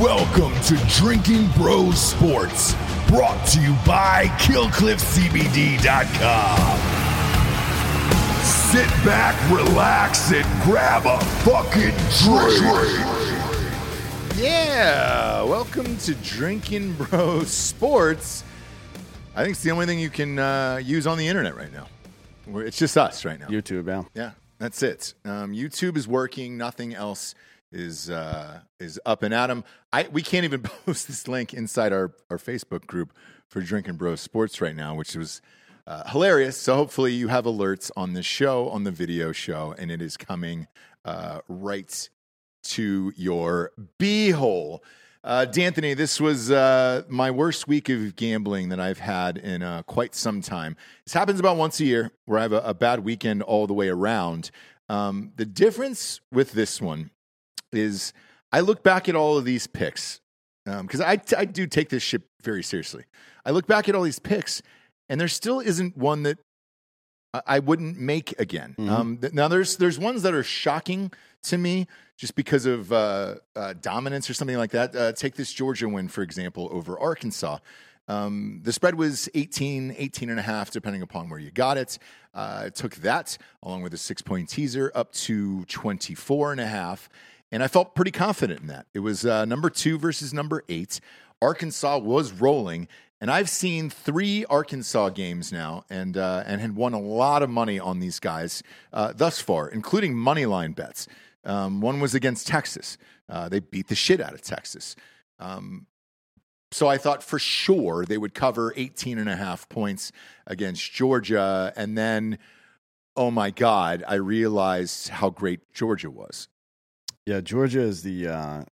Welcome to Drinking Bros Sports, brought to you by KillcliffCBD.com. Sit back, relax, and grab a fucking drink. Yeah, welcome to Drinking Bro Sports. I think it's the only thing you can uh, use on the internet right now. We're, it's just us right now. YouTube, yeah. yeah, that's it. Um, YouTube is working. Nothing else is uh, is up and at 'em. I we can't even post this link inside our our Facebook group for Drinking Bro Sports right now, which was. Uh, hilarious. So, hopefully, you have alerts on the show, on the video show, and it is coming uh, right to your beehole. Uh, D'Anthony, this was uh, my worst week of gambling that I've had in uh, quite some time. This happens about once a year where I have a, a bad weekend all the way around. Um, the difference with this one is I look back at all of these picks because I, I do take this shit very seriously. I look back at all these picks, and there still isn't one that I- I wouldn't make again. Um, th- now there's there's ones that are shocking to me just because of uh, uh, dominance or something like that. Uh, take this Georgia win for example over Arkansas. Um, the spread was 18, 18 and a half, depending upon where you got it. Uh, I took that along with a six point teaser up to 24 and a half. And I felt pretty confident in that. It was uh, number two versus number eight. Arkansas was rolling, and I've seen three Arkansas games now, and uh, and had won a lot of money on these guys uh, thus far, including money line bets. Um, one was against Texas; uh, they beat the shit out of Texas. Um, so I thought for sure they would cover 18 and a half points against Georgia, and then. Oh my God, I realized how great Georgia was. Yeah, Georgia is the uh,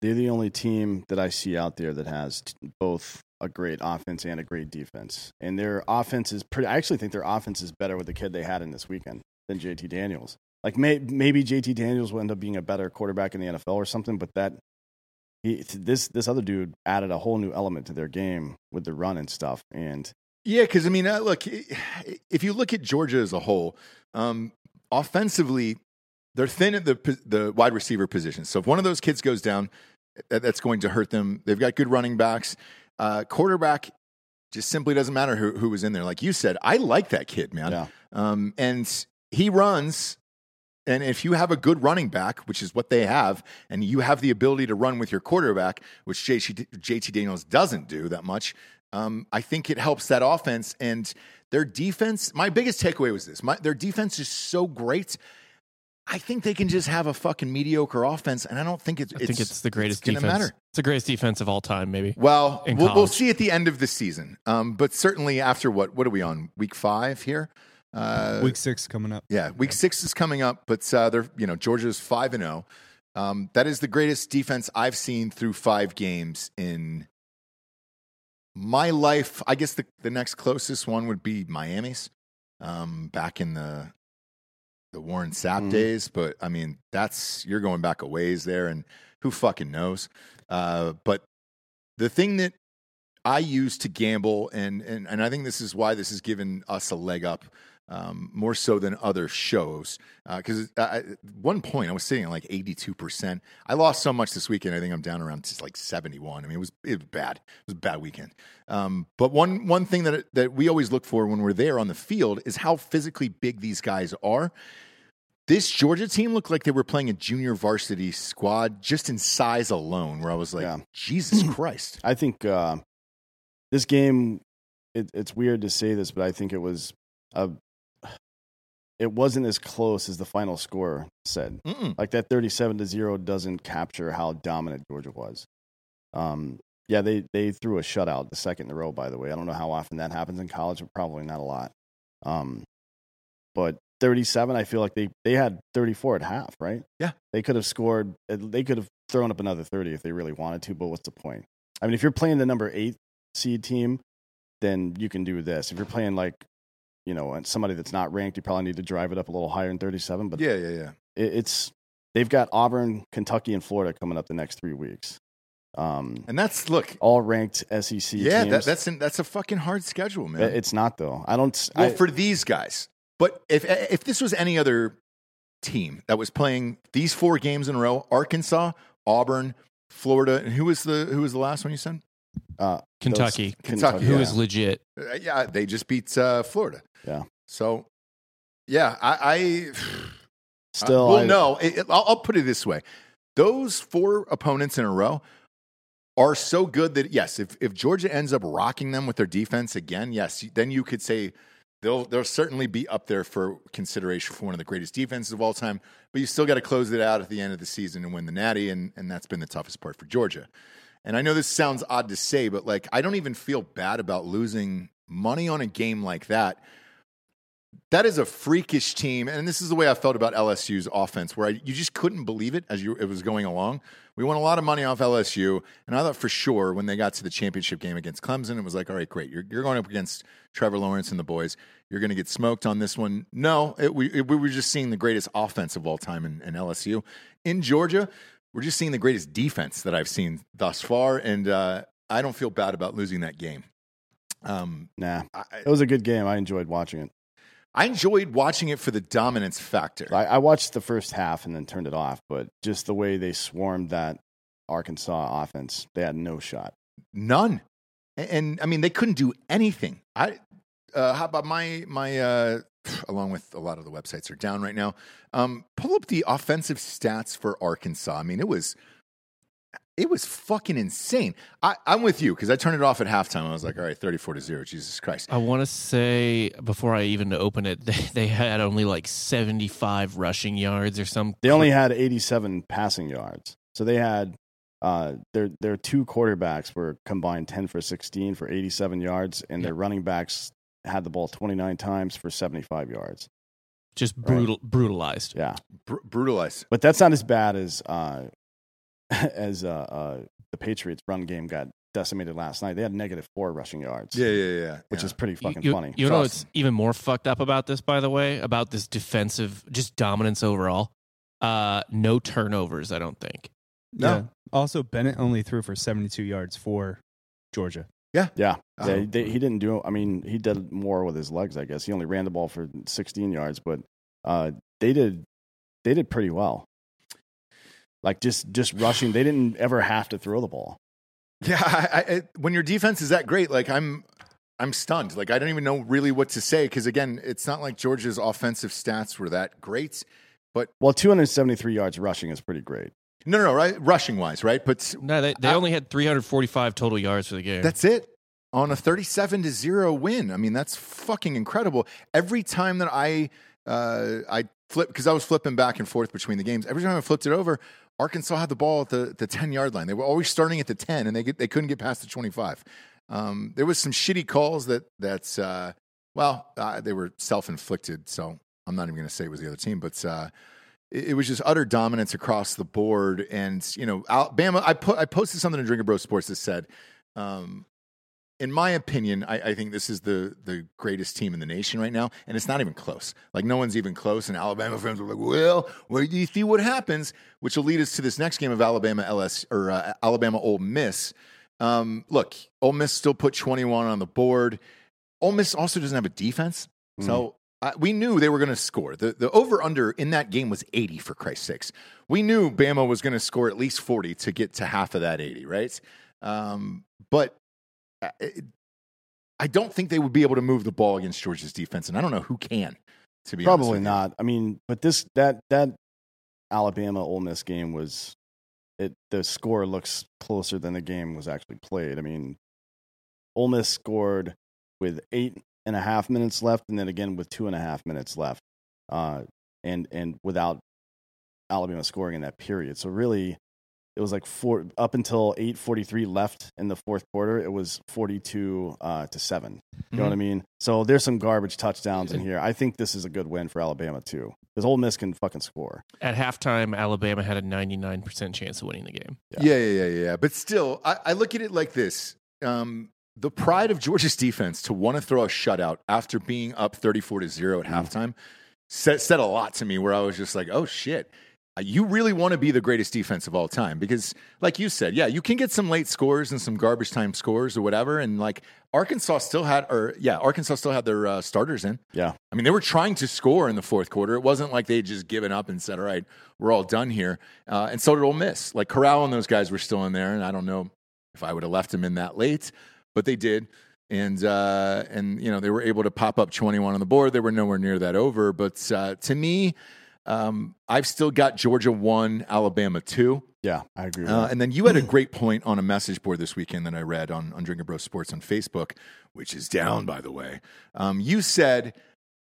they're the only team that I see out there that has t- both a great offense and a great defense. And their offense is pretty. I actually think their offense is better with the kid they had in this weekend than JT Daniels. Like may, maybe JT Daniels will end up being a better quarterback in the NFL or something, but that he this this other dude added a whole new element to their game with the run and stuff. And Yeah, because I mean, uh, look, i- if you look at Georgia as a whole, um, offensively, they're thin at the p- the wide receiver position. So if one of those kids goes down, that, that's going to hurt them. They've got good running backs. Uh, quarterback just simply doesn't matter who who was in there. Like you said, I like that kid, man. Yeah. Um, and he runs. And if you have a good running back, which is what they have, and you have the ability to run with your quarterback, which JT, JT Daniels doesn't do that much, um, I think it helps that offense and their defense. My biggest takeaway was this: my, their defense is so great. I think they can just have a fucking mediocre offense, and I don't think it's. I think it's the greatest gonna defense. matter. It's the greatest defense of all time, maybe. Well, in we'll, we'll college. see at the end of the season, um, but certainly after what? What are we on? Week five here. Uh, Week six coming up. yeah, week six is coming up, but uh, they're you know Georgia's five and zero. Um, that is the greatest defense I've seen through five games in my life. I guess the, the next closest one would be Miami's um, back in the the Warren Sapp Mhm. days, but I mean that's you're going back a ways there, and who fucking knows? Uh, but the thing that I use to gamble, and, and and I think this is why this has given us a leg up um, more so than other shows. uh, Because at one point I was sitting at like eighty two percent. I lost so much this weekend. I think I'm down around just like seventy one. I mean, it was it was bad. It was a bad weekend. Um, but one one thing that that we always look for when we're there on the field is how physically big these guys are. This Georgia team looked like they were playing a junior varsity squad just in size alone. Where I was like, Yeah. Jesus Christ. I think uh, this game. It, it's weird to say this, but I think it was a. It wasn't as close as the final score said. Mm-mm. Like that thirty-seven to zero doesn't capture how dominant Georgia was. Um, yeah, they they threw a shutout the second in a row. By the way, I don't know how often that happens in college, but probably not a lot. Um, but 37. I feel like they they had 34 at half, right? Yeah. They could have scored. They could have thrown up another 30 if they really wanted to. But what's the point? I mean, if you're playing the number eight seed team, then you can do this. If you're playing like you know and somebody that's not ranked, you probably need to drive it up a little higher in 37. But yeah, yeah, yeah. it, it's they've got Auburn, Kentucky, and Florida coming up the next three weeks. Um, And that's look. all ranked SEC. Yeah, that, teams. Uh, that's an, that's a fucking hard schedule, man. It's not though. I don't. well, I- for these guys. But if eh, if this was any other team that was playing these four games in a row, Arkansas, Auburn, Florida, and who was the who was the last one you said? uh, Kentucky, Kentucky, who yeah. is legit. Uh, yeah, they just beat uh, Florida. Yeah. So, yeah, I, I still Uh, well, I- no. It, it- I'll, I'll put it this way: those four opponents in a row are so good that yes, if if Georgia ends up rocking them with their defense again, yes, then you could say they'll they'll certainly be up there for consideration for one of the greatest defenses of all time. But you still got to close it out at the end of the season and win the Natty, and and that's been the toughest part for Georgia. And I know this sounds odd to say, but like I don't even feel bad about losing money on a game like that that is a freakish team, and this is the way I felt about LSU's offense, where I, you just couldn't believe it as you, it was going along. We won a lot of money off LSU, and I thought for sure when they got to the championship game against Clemson, it was like, all right, great, you're, you're going up against Trevor Lawrence and the boys. You're going to get smoked on this one. No, it, we it, we were just seeing the greatest offense of all time in, in LSU. In Georgia, we're just seeing the greatest defense that I've seen thus far, and uh, I don't feel bad about losing that game. Um, Nah, I, it was a good game. I enjoyed watching it. I enjoyed watching it for the dominance factor. I, I watched the first half and then turned it off. But just the way they swarmed that Arkansas offense, they had no shot. None. And, and, I mean, they couldn't do anything. I, uh, how about my, my, uh, along with a lot of the websites are down right now. Um, pull up the offensive stats for Arkansas. I mean, it was, it was fucking insane. I, I'm with you because I turned it off at halftime. I was like, all right, 34 to zero. Jesus Christ. I want to say before I even open it, they, they had only like 75 rushing yards or some. They only had 87 passing yards. So they had uh, their their two quarterbacks were combined 10 for 16 for 87 yards, and their running backs had the ball 29 times for 75 yards. just brutal brutalized. Yeah. Br- brutalized. But that's not as bad as uh, as uh, uh, the Patriots' run game got decimated last night. They had negative four rushing yards, Yeah, yeah, yeah. which yeah. is pretty You- fucking you, funny. You know Awesome. what's even more fucked up about this, by the way, about this defensive just dominance overall. Uh, no turnovers, I don't think. No. Also, Bennett only threw for 72 yards for Georgia. Yeah, Oh. They- they- he didn't do. I mean, he did more with his legs, I guess. He only ran the ball for 16 yards, but uh, they did they did pretty well. Like just just rushing, they didn't ever have to throw the ball. Yeah, I, I, I- when your defense is that great, like I'm, I'm stunned. Like I don't even know really what to say because again, it's not like Georgia's offensive stats were that great. Well, 273 yards rushing is pretty great. No, no, no right, rushing wise, right? But No, they, they I- only had 345 total yards for the game. that's it on a thirty-seven to zero win. I mean, that's fucking incredible. Every time that I, uh, I flip because I was flipping back and forth between the games. Every time I flipped it over, Arkansas had the ball at the the ten yard line. They were always starting at the ten, and they get, they couldn't get past the twenty five. Um, there was some shitty calls that that's uh, well, uh, they were self inflicted. So I'm not even going to say it was the other team, but uh, it, it was just utter dominance across the board. And you know, Alabama. I put I posted something in Drinking Bro Sports that said, um, in my opinion, I, I think this is the the greatest team in the nation right now, and it's not even close. Like no one's even close. And Alabama fans are like, well, wait do you see what happens? Which will lead us to this next game of Alabama LS or uh, Alabama Ole Miss. Um, look, Ole Miss still put 21 on the board. Ole Miss also doesn't have a defense. Mm. So I, we knew they were going to score. The, the over under in that game was 80, for Christ's sakes. We knew Bama was going to score at least 40 to get to half of that 80, right? Um, but I, it- I don't think they would be able to move the ball against Georgia's defense. And I don't know who can, to be honest Probably with you. not. I mean, but this that that Alabama Ole Miss game was it the score looks closer than the game was actually played. I mean, Ole Miss scored with eight and a half minutes left and then again with two and a half minutes left. Uh and and without Alabama scoring in that period. So really It was like four up until eight forty three left in the fourth quarter. It was forty two uh, to seven. You Mm-hmm. know what I mean? So there's some garbage touchdowns in here. I think this is a good win for Alabama too, because Ole Miss can fucking score. At halftime, Alabama had a 99% chance of winning the game. Yeah, yeah, yeah, yeah. yeah. But still, I, I look at it like this: um, the pride of Georgia's defense to want to throw a shutout after being up thirty-four to zero at halftime said, said a lot to me. Where I was just like, "Oh shit." uh, You really want to be the greatest defense of all time because, like you said, yeah, you can get some late scores and some garbage time scores or whatever. And like Arkansas still had, or yeah, Arkansas still had their uh, starters in. Yeah. I mean, they were trying to score in the fourth quarter. It wasn't like they had just given up and said, "All right, we're all done here." Uh, and so did Ole Miss. Like Corral and those guys were still in there, and I don't know if I would have left him in that late, but they did. And uh, and you know they were able to pop up 21 on the board. They were nowhere near that over, but uh, to me, um, I've still got Georgia one, Alabama two. Yeah, I agree. With Uh, that. and then you had a great point on a message board this weekend that I read on, on Drinking Bro Sports on Facebook, which is down, by the way. Um, you said,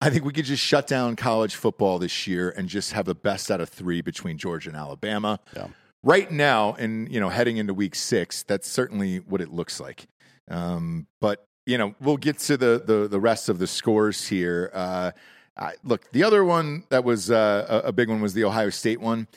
I think we could just shut down college football this year and just have the best out of three between Georgia and Alabama. Yeah. Right now, and you know, heading into week six, that's certainly what it looks like. Um, but you know, we'll get to the the, the rest of the scores here. Uh, I, look, the other one that was uh, a, a big one was the Ohio State one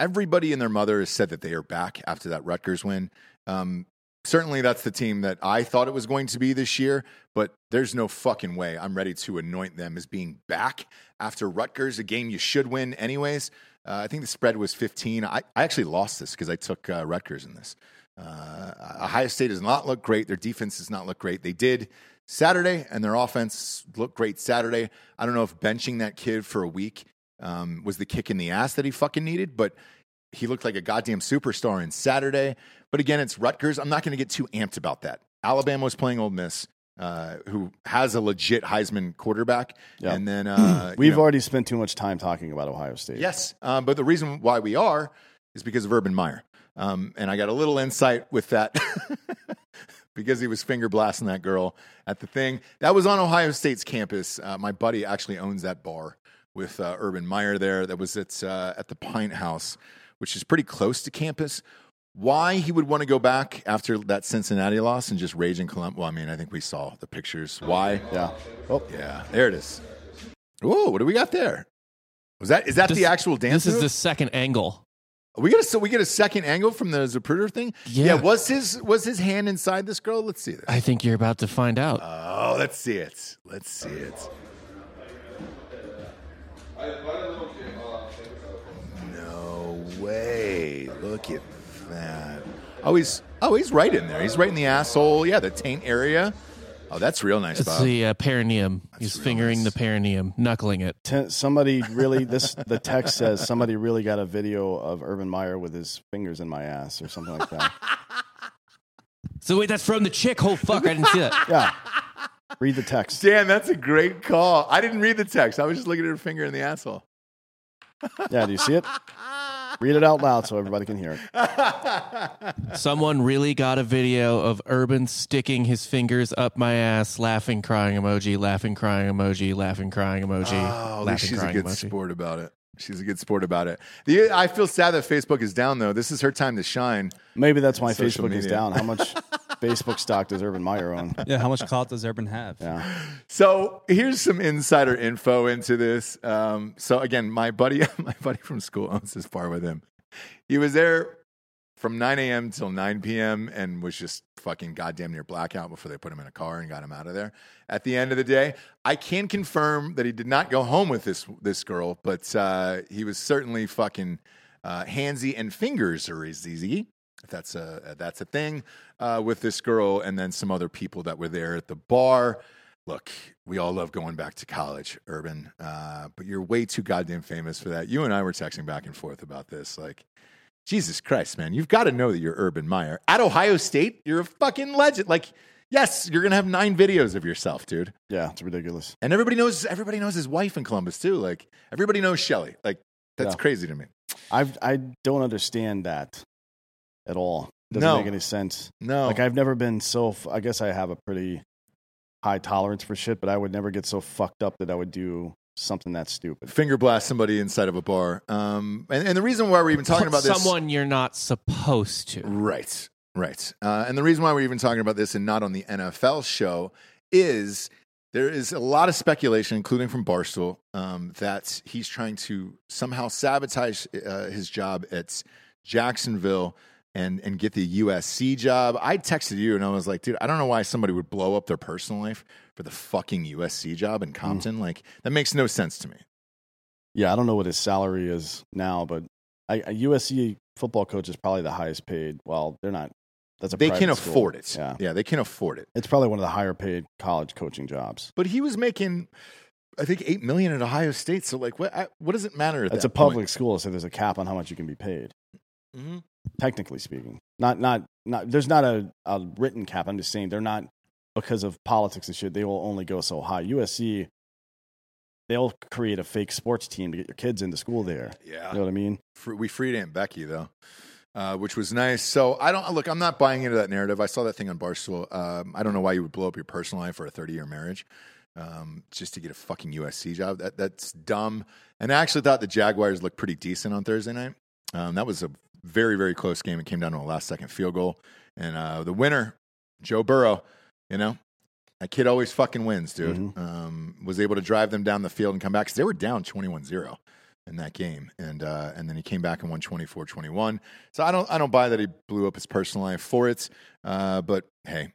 everybody and their mother has said that they are back after that Rutgers win. Um, certainly, that's the team that I thought it was going to be this year, but there's no fucking way I'm ready to anoint them as being back after Rutgers, a game you should win anyways. Uh, I think the spread was 15. I, I actually lost this because I took uh, Rutgers in this. Uh, Ohio State does not look great. Their defense does not look great. They did Saturday, and their offense looked great Saturday. I don't know if benching that kid for a week um, was the kick in the ass that he fucking needed, but he looked like a goddamn superstar in Saturday. But again, it's Rutgers. I'm not going to get too amped about that. Alabama was playing Ole Miss, uh, who has a legit Heisman quarterback, Yeah. and then uh, you We've know- already spent too much time talking about Ohio State. Yes, um, but the reason why we are is because of Urban Meyer, um, and I got a little insight with that because he was finger blasting that girl at the thing that was on Ohio State's campus. Uh, my buddy actually owns that bar with uh, Urban Meyer there. That was at uh, at the Pint House, which is pretty close to campus. Why he would want to go back after that Cincinnati loss and just rage in Columbus? Well, I mean, I think we saw the pictures. Why? Yeah. Oh, Yeah, there it is. Ooh, what do we got there? Was that is that the This- actual dance? This is move? the second angle. We get a so we get a second angle from the Zapruder thing. Yeah. was his was his hand inside this girl? Let's see this. I think you're about to find out. oh, let's see it. Let's see it. No way! Look at that. Oh, he's oh he's right in there. He's right in the asshole. Yeah, the taint area. Oh, that's real nice, it's Bob. the uh, perineum. He's real fingering nice. the perineum, knuckling it. Ten, somebody really this the text says somebody really got a video of Urban Meyer with his fingers in my ass or something like that. So wait, that's from the chick. Oh fuck, I didn't see that. Yeah. Read the text. Dan, that's a great call. I didn't read the text. I was just looking at her finger in the asshole. Yeah, do you see it? Read it out loud so everybody can hear it. Someone really got a video of Urban sticking his fingers up my ass, laughing, crying emoji, laughing, crying emoji, laughing, crying emoji, Oh, at least laughing, she's a crying good emoji. sport about it. She's a good sport about it. The, I feel sad that Facebook is down though. This is her time to shine. Maybe that's why Social Facebook is media. down. How much Facebook stock does Urban Meyer own? Yeah, how much clout does Urban have? Yeah. So here's some insider info into this. Um, so again, my buddy, my buddy from school owns this bar with him. He was there from 9 a.m. till 9 p.m. and was just fucking goddamn near blackout before they put him in a car and got him out of there. At the end of the day, I can confirm that he did not go home with this this girl, but uh, he was certainly fucking uh, handsy and fingers or is easy. If that's a if that's a thing uh, with this girl and then some other people that were there at the bar. Look, we all love going back to college, Urban, uh, but you're way too goddamn famous for that. You and I were texting back and forth about this, like. Jesus Christ, man. You've got to know that you're Urban Meyer. At Ohio State, you're a fucking legend. Like, yes, you're going to have nine videos of yourself, dude. Yeah, it's ridiculous. And everybody knows everybody knows his wife in Columbus too. Like, everybody knows Shelly. Like, that's Yeah. crazy to me. I've I don't understand that at all. Doesn't No. make any sense. No. Like I've never been so. F- I guess I have a pretty high tolerance for shit, but I would never get so fucked up that I would do something that's stupid. Finger blast somebody inside of a bar. Um, and, and the reason why we're even talking about this. Someone you're not supposed to. Right, right. Uh, and the reason why we're even talking about this and not on the NFL show is there is a lot of speculation, including from Barstool, um, that he's trying to somehow sabotage uh, his job at Jacksonville and and get the USC job. I texted you and I was like, dude, I don't know why somebody would blow up their personal life for the fucking USC job Mm. in Compton. Like that makes no sense to me. Yeah, I don't know what his salary is now, but I, a USC football coach is probably the highest paid. Well, they're not. That's a They private can school. afford it. Yeah, yeah, they can afford it. it's probably one of the higher paid college coaching jobs. But he was making, I think, eight million at Ohio State. So like, what? I, what does it matter? At It's that a public school, so there's a cap on how much you can be paid. Mm-hmm. Technically speaking, not not not. There's not a, a written cap. I'm just saying they're not because of politics and shit. They will only go so high. USC, they'll create a fake sports team to get your kids into school there. Yeah, You know what I mean? Fr- we freed Aunt Becky though, uh, which was nice. So I don't look. I'm not buying into that narrative. I saw that thing on Barstool. Um, I don't know why you would blow up your personal life for a 30 year marriage. Um, just to get a fucking USC job, that that's dumb. And I actually thought the Jaguars looked pretty decent on Thursday night. Um, that was a very very close game. It came down to a last second field goal, and uh, the winner, Joe Burrow, you know, that kid always fucking wins, dude. Um, was able to drive them down the field and come back because they were down 21 0 in that game. And uh, and then he came back and won 24 21. So I don't I don't buy that he blew up his personal life for it. Uh, but hey,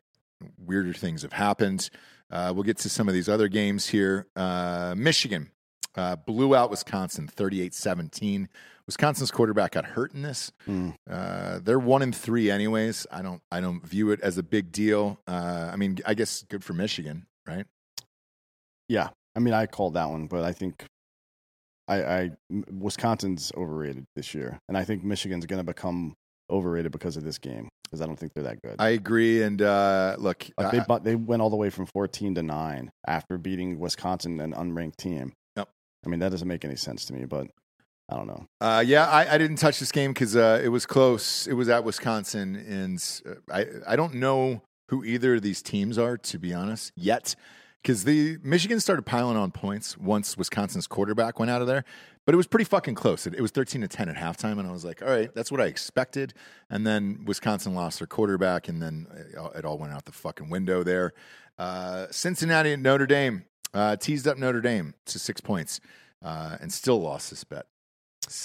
weirder things have happened. Uh, we'll get to some of these other games here. Uh, Michigan uh, blew out Wisconsin 38 17. Wisconsin's quarterback got hurt in this. Mm. Uh, they're one in three, anyways. I don't I don't view it as a big deal. Uh, I mean, I guess good for Michigan, right? Yeah, I mean, I called that one, but I think I, I M- Wisconsin's overrated this year, and I think Michigan's going to become overrated because of this game because I don't think they're that good. I agree. And uh, look, like I- they, but they went all the way from fourteen to nine after beating Wisconsin, an unranked team. Yep. I mean that doesn't make any sense to me, but I don't know. Uh, yeah, I, I didn't touch this game because uh, it was close. It was at Wisconsin, and uh, I I don't know who either of these teams are to be honest yet, because the Michigan started piling on points once Wisconsin's quarterback went out of there, but it was pretty fucking close. It, it was thirteen to ten at halftime, and I was like, all right, that's what I expected. And then Wisconsin lost their quarterback, and then it all- it all went out the fucking window there. Uh, Cincinnati and Notre Dame uh, teased up Notre Dame to six points, uh, and still lost this bet.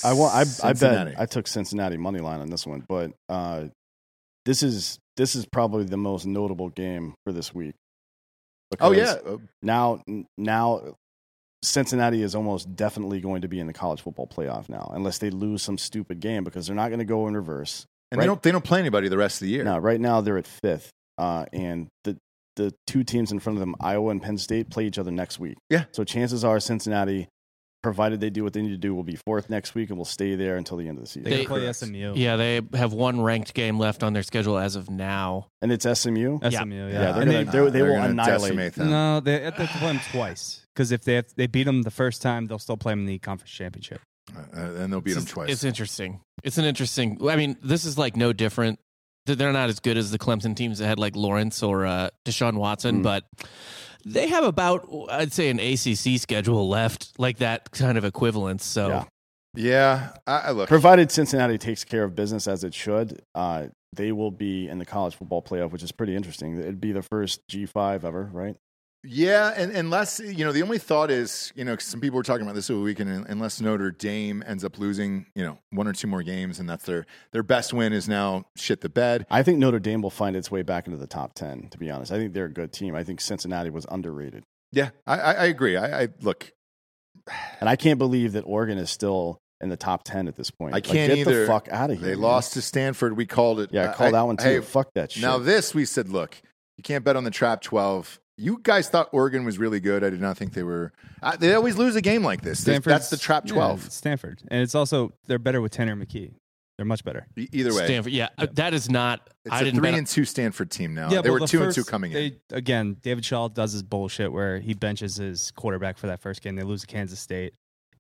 I want. I, I Cincinnati. bet I took Cincinnati money line on this one, but uh, this is this is probably the most notable game for this week. Oh Because yeah, Uh, now n- now Cincinnati is almost definitely going to be in the college football playoff now, unless they lose some stupid game because they're not going to go in reverse. and Right. they don't they don't play anybody the rest of the year. Now, right now they're at fifth, uh, and the the two teams in front of them, Iowa and Penn State, play each other next week. Yeah. So chances are Cincinnati, provided they do what they need to do, will be fourth next week and will stay there until the end of the season. They, They- could play Correct. SMU. Yeah, they have one ranked game left on their schedule as of now. and it's SMU. Yeah. SMU. Yeah. Yeah, they're And gonna- they- they're- they will gonna annihilate- decimate them. no, they, they have to play them twice because if they have, they beat them the first time, they'll still play them in the conference championship. Uh, and they'll beat them It's- twice. It's interesting. It's an interesting. I mean, this is like no different. They're- They're not as good as the Clemson teams that had like Lawrence or uh, Deshaun Watson, Hmm. Mm. but they have about I'd say an ACC schedule left, like that kind of equivalence. So Yeah. yeah, I, I look. Provided Cincinnati takes care of business as it should, uh, they will be in the college football playoff, which is pretty interesting. It'd be the first G five ever, right? Yeah, and unless you know, the only thought is you know, 'cause some people were talking about this over the weekend. and Unless Notre Dame ends up losing, you know, one or two more games, and that's their their best win is now shit the bed. I think Notre Dame will find its way back into the top ten. To be honest, I think they're a good team. I think Cincinnati was underrated, Yeah, I, I, I agree. I, I look. and I can't believe that Oregon is still in the top ten at this point. I Like, can't get either. the fuck out of here. They man. lost to Stanford. We called it. Yeah, I called that one too. Hey, fuck that shit. Now this we said, look, you can't bet on the trap twelve. You guys thought Oregon was really good. I did not think they were. I, they always lose a game like this. They- That's the trap yeah, twelve. it's Stanford, and it's also they're better with Tanner McKee. They're much better. E- Either way, Stanford. Yeah, uh, that is not. it's I a didn't three bet and two Stanford team now. Uh, they but were the two and two first- coming in. they- Again, David Shaw does his bullshit where he benches his quarterback for that first game. They lose to Kansas State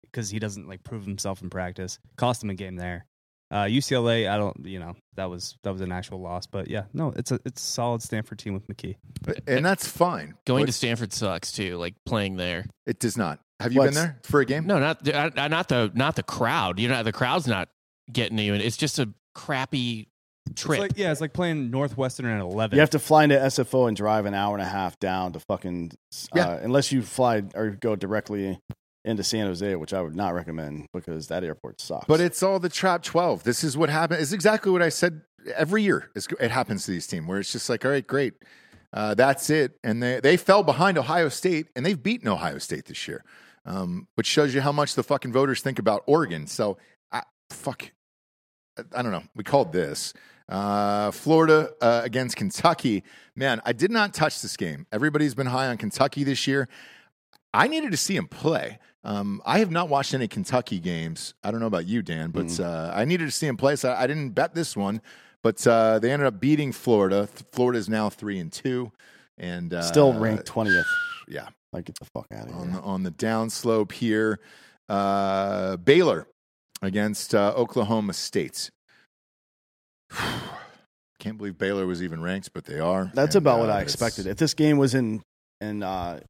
because he doesn't like prove himself in practice. Cost him a game there. Uh, UCLA, I don't, you know, that was that was an actual loss, but yeah, no, it's a it's a solid Stanford team with McKee. But- and that's fine. going but to Stanford sucks too. Like playing there. it does not. Have you been What's- there for a game? No, not the- I- I- not the not the crowd. You know, the crowd's not getting even. It's just a crappy trip. It's like, yeah, it's like playing Northwestern at eleven. You have to fly into SFO and drive an hour and a half down to fucking. Yeah. Uh, unless you fly or go directly into San Jose, which I would not recommend because that airport sucks. But it's all the trap 12. This is what happened. It's exactly what I said every year. It's, it happens to these team where it's just like, all right, great. Uh, that's it. And they, they fell behind Ohio State and they've beaten Ohio State this year, um, which shows you how much the fucking voters think about Oregon. So, I, fuck. I- I don't know. We called this. Uh, Florida uh, against Kentucky. Man, I did not touch this game. Everybody's been high on Kentucky this year. I needed to see him play. Um, I have not watched any Kentucky games. I don't know about you, Dan, but Mm-hmm. uh, I needed to see him play. So I, I didn't bet this one, but uh, they ended up beating Florida. Th- Florida is now three and two, and uh, Oh, still ranked twentieth. Yeah, Like get the fuck out of on here. the on the downslope here. Uh, Baylor against uh, Oklahoma State. Can't believe Baylor was even ranked, but they are. That's And, about what uh, I it's- expected. If this game was in in uh,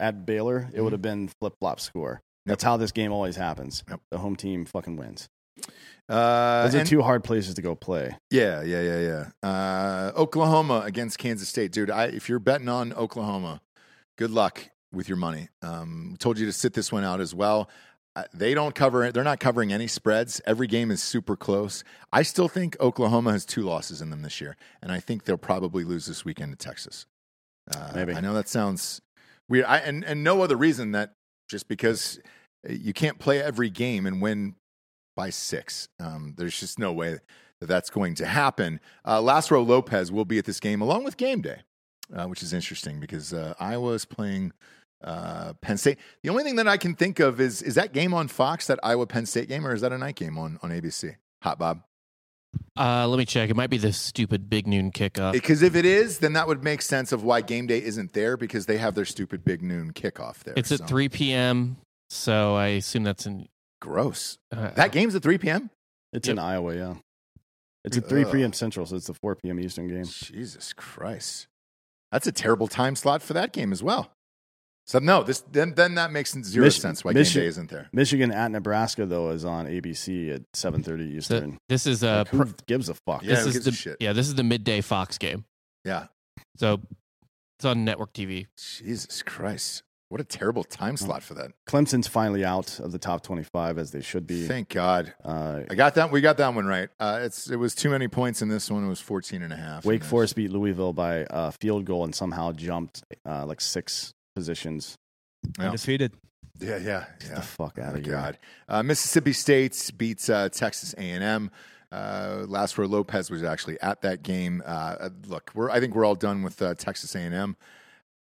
at Baylor, it Mm-hmm. would have been flip flop score. That's how this game always happens. Yep. The home team fucking wins. Uh, Those are and- two hard places to go play. Yeah, yeah, yeah, yeah. Uh, Oklahoma against Kansas State, dude. I, if you're betting on Oklahoma, good luck with your money. Um, told you to sit this one out as well. Uh, they don't cover. They're not covering any spreads. Every game is super close. I still think Oklahoma has two losses in them this year, and I think they'll probably lose this weekend to Texas. Uh, Maybe. I know that sounds weird, I, and and no other reason that just because eh, you can't play every game and win by six. Um, there's just no way that that's going to happen. Uh, Lázaro Lopez will be at this game along with game day, uh, which is interesting because uh, Iowa is playing uh, Penn State. The only thing that I can think of is is that game on Fox, that Iowa Penn State game, or is that a night game on, on ABC? Hot Bob. uh, let me check. It might be this stupid big noon kickoff. Because if it is, then that would make sense of why game day isn't there because they have their stupid big noon kickoff there. it's So, at 3 p.m. So I assume that's in Gross. uh, That game's at 3 p.m.? It's Yep. in Iowa, yeah. It's at three Ugh. p.m. Central, so it's the four p.m. Eastern game. Jesus Christ. That's a terrible time slot for that game as well. So no, this then then that makes zero Mich- sense why Michi- game day isn't there. Michigan at Nebraska though is on ABC at seven thirty so Eastern. this is a Like, who pro- gives a fuck? Yeah, this who is gives the a shit? yeah this is the midday Fox game. Yeah. So it's on network TV. Jesus Christ. What a terrible time slot for that. Clemson's finally out of the top twenty-five as they should be. Thank God. Uh, I got that we got that one right. Uh, it's it was too many points in this one. It was 14 and a half. Wake And Forest beat Louisville by a field goal and somehow jumped uh, like six positions. Yeah. Undefeated. Yeah, yeah, Get yeah. the fuck out Oh, of here. God. Uh, Mississippi State beats uh, Texas A&M. Uh, Lázaro Lopez was actually at that game. Uh, Uh, look, we're, I think we're all done with uh, Texas A&M.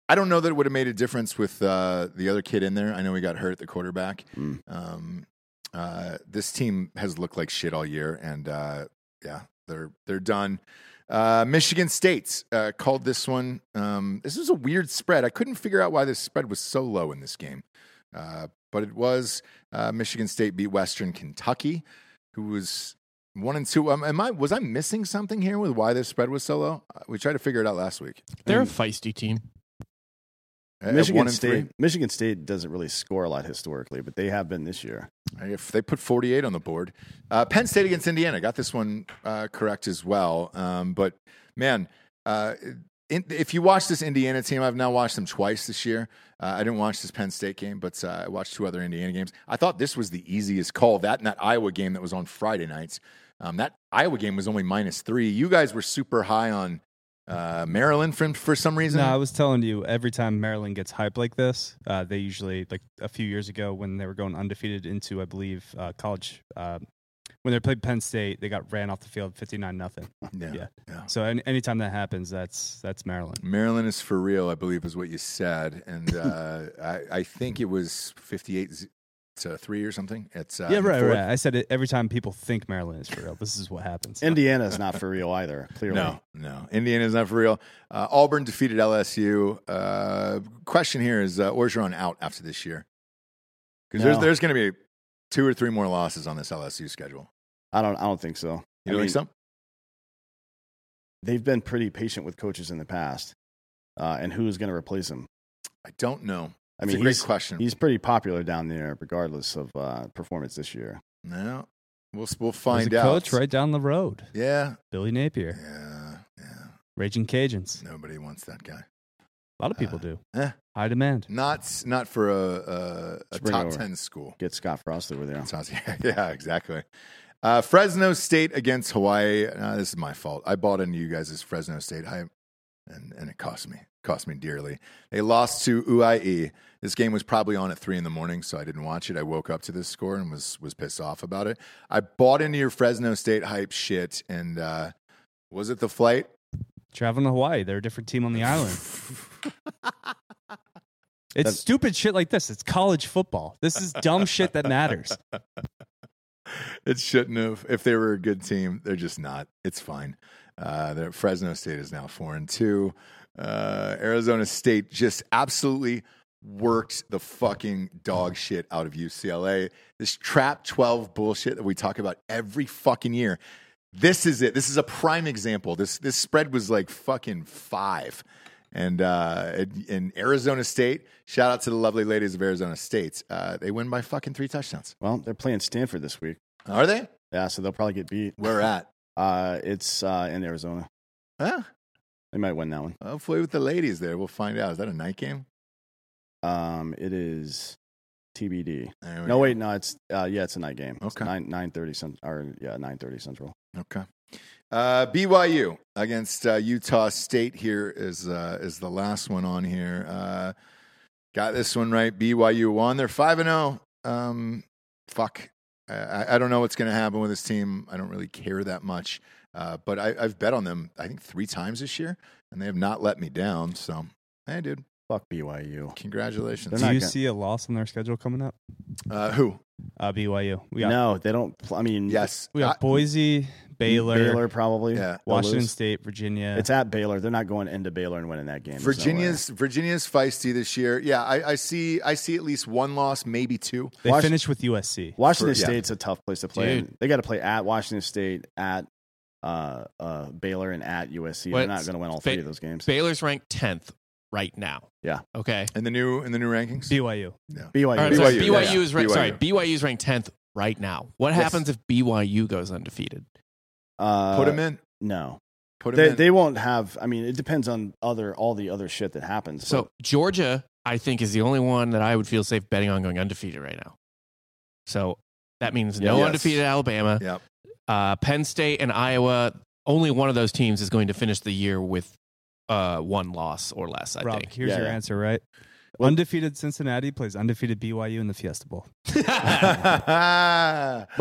I don't know that it would have made a difference with uh, the other kid in there. I know he got hurt at the quarterback. Mm. Um, uh, this team has looked like shit all year, and uh, yeah, they're they're done. Uh, Michigan State uh, called this one. Um, this is a weird spread. I couldn't figure out why this spread was so low in this game, uh, but it was. Uh, Michigan State beat Western Kentucky, who was one and two. Um, am I was I missing something here with why this spread was so low? Uh, We tried to figure it out last week. Uh, They're a feisty team. At- at Michigan one and State. Michigan State doesn't really score a lot historically, but they have been this year. If they put 48 on the board, uh, Penn State against Indiana got this one uh, correct as well. Um, but man, uh, in, if you watch this Indiana team, I've now watched them twice this year. Uh, I didn't watch this Penn State game, but uh, I watched two other Indiana games. I thought this was the easiest call. That and that Iowa game that was on Friday nights. Um, that Iowa game was only minus three. You guys were super high on uh, Maryland for, for some reason. No, I was telling you every time Maryland gets hyped like this, uh, they usually like a few years ago when they were going undefeated into I believe uh, college. Uh, when they played Penn State, they got ran off the field fifty nine nothing. yeah. Yeah. yeah. So any, anytime that happens, that's that's Maryland. Maryland is for real, I believe, is what you said, and uh, I, I think it was fifty-eight z- to three or something. It's uh, yeah, right, fourth. right. I said it every time people think Maryland is for real. This is what happens. Indiana is not for real either, clearly. No, no, Indiana's not for real. Uh, Auburn defeated LSU. Uh, question here is uh, Orgeron out after this year? Because there's No. there's going to be two or three more losses on this LSU schedule. I don't I don't think so. You I don't mean, think so? They've been pretty patient with coaches in the past. Uh, and who's going to replace them? I don't know. I It's mean, a great he's, question. he's pretty popular down there, regardless of uh, performance this year. no, we'll we'll There's find a out. coach right down the road, Yeah, Billy Napier, yeah, yeah. Raging Cajuns. Nobody wants that guy. A lot of people Uh, do. eh. High demand. Not s- not for a a, a Spring top over. ten school. Get Scott Frost over there. Sounds- yeah, exactly. Uh, Fresno State against Hawaii. No, this is my fault. I bought into you guys as Fresno State. I and and it cost me cost me dearly. They lost to UIE. This game was probably on at three in the morning, so I didn't watch it. I woke up to this score and was was pissed off about it. I bought into your Fresno State hype shit, and uh, was it the flight? Traveling to Hawaii. They're a different team on the island. It's That's- stupid shit like this. It's college football. This is dumb shit that matters. It shouldn't have. If they were a good team, they're just not. It's fine. Uh, they're- Fresno State is now four and two. Uh, Arizona State just absolutely worked the fucking dog shit out of UCLA. This trap twelve bullshit that we talk about every fucking year. This is it. This is a prime example. This this spread was like fucking five. And uh, in- in Arizona State, shout out to the lovely ladies of Arizona State. Uh, they win by fucking three touchdowns. Well, they're playing Stanford this week. Are they? Yeah, so they'll probably get beat. Where at? Uh, it's uh, in Arizona. Huh? They might win that one. Hopefully with the ladies there, we'll find out. Is that a night game? Um, it is TBD. There we No, go. wait, no, it's uh, yeah, it's a night game. It's Oh, Okay. nine nine thirty cent or yeah, nine thirty central. Okay. Uh, BYU against uh, Utah State here is uh, is the last one on here. Uh, got this one right. BYU won. They're five and zero. Um, fuck. I- I, I don't know what's going to happen with this team. I don't really care that much. Uh, but I, I've bet on them. I think three times this year, and they have not let me down. So, hey, dude, Fuck BYU. congratulations. They're Mm-hmm. Do not you gonna- see a loss on their schedule coming up? Uh, who? Uh, BYU. We got, No, they don't. pl- I mean, Yes. we got I- Boise, Baylor, Baylor probably. Yeah. They'll Washington lose. State, Virginia. It's at Baylor. They're not going into Baylor and winning that game. There's no way. Virginia's Virginia's feisty this year. Yeah, I, I see. I see at least one loss, maybe two. they Wash- finished with USC. Washington For- yeah. State's a tough place to play. Dude. in. They got to play at Washington State, at uh, uh, Baylor, and at USC. They're What- not going to win all Ba- three of those games. Baylor's ranked tenth right now. Yeah. Okay. In the new in the new rankings, BYU. BYU. All right, is- BYU, sorry, sorry, BYU, BYU yeah. is ranked. Sorry, BYU. BYU is ranked tenth right now. What Yes. happens if BYU goes undefeated? Uh, put them in. No, Put them they in. they won't have. I mean, it depends on other all the other shit that happens. So Georgia, I think, is the only one that I would feel safe betting on going undefeated right now. So that means no Yes. undefeated Alabama. Yep. Uh, Penn State and Iowa. Only one of those teams is going to finish the year with uh, one loss or less. I Rob, think. here's Yeah, your yeah. answer, right? Well- undefeated Cincinnati plays undefeated BYU in the Fiesta Bowl. it but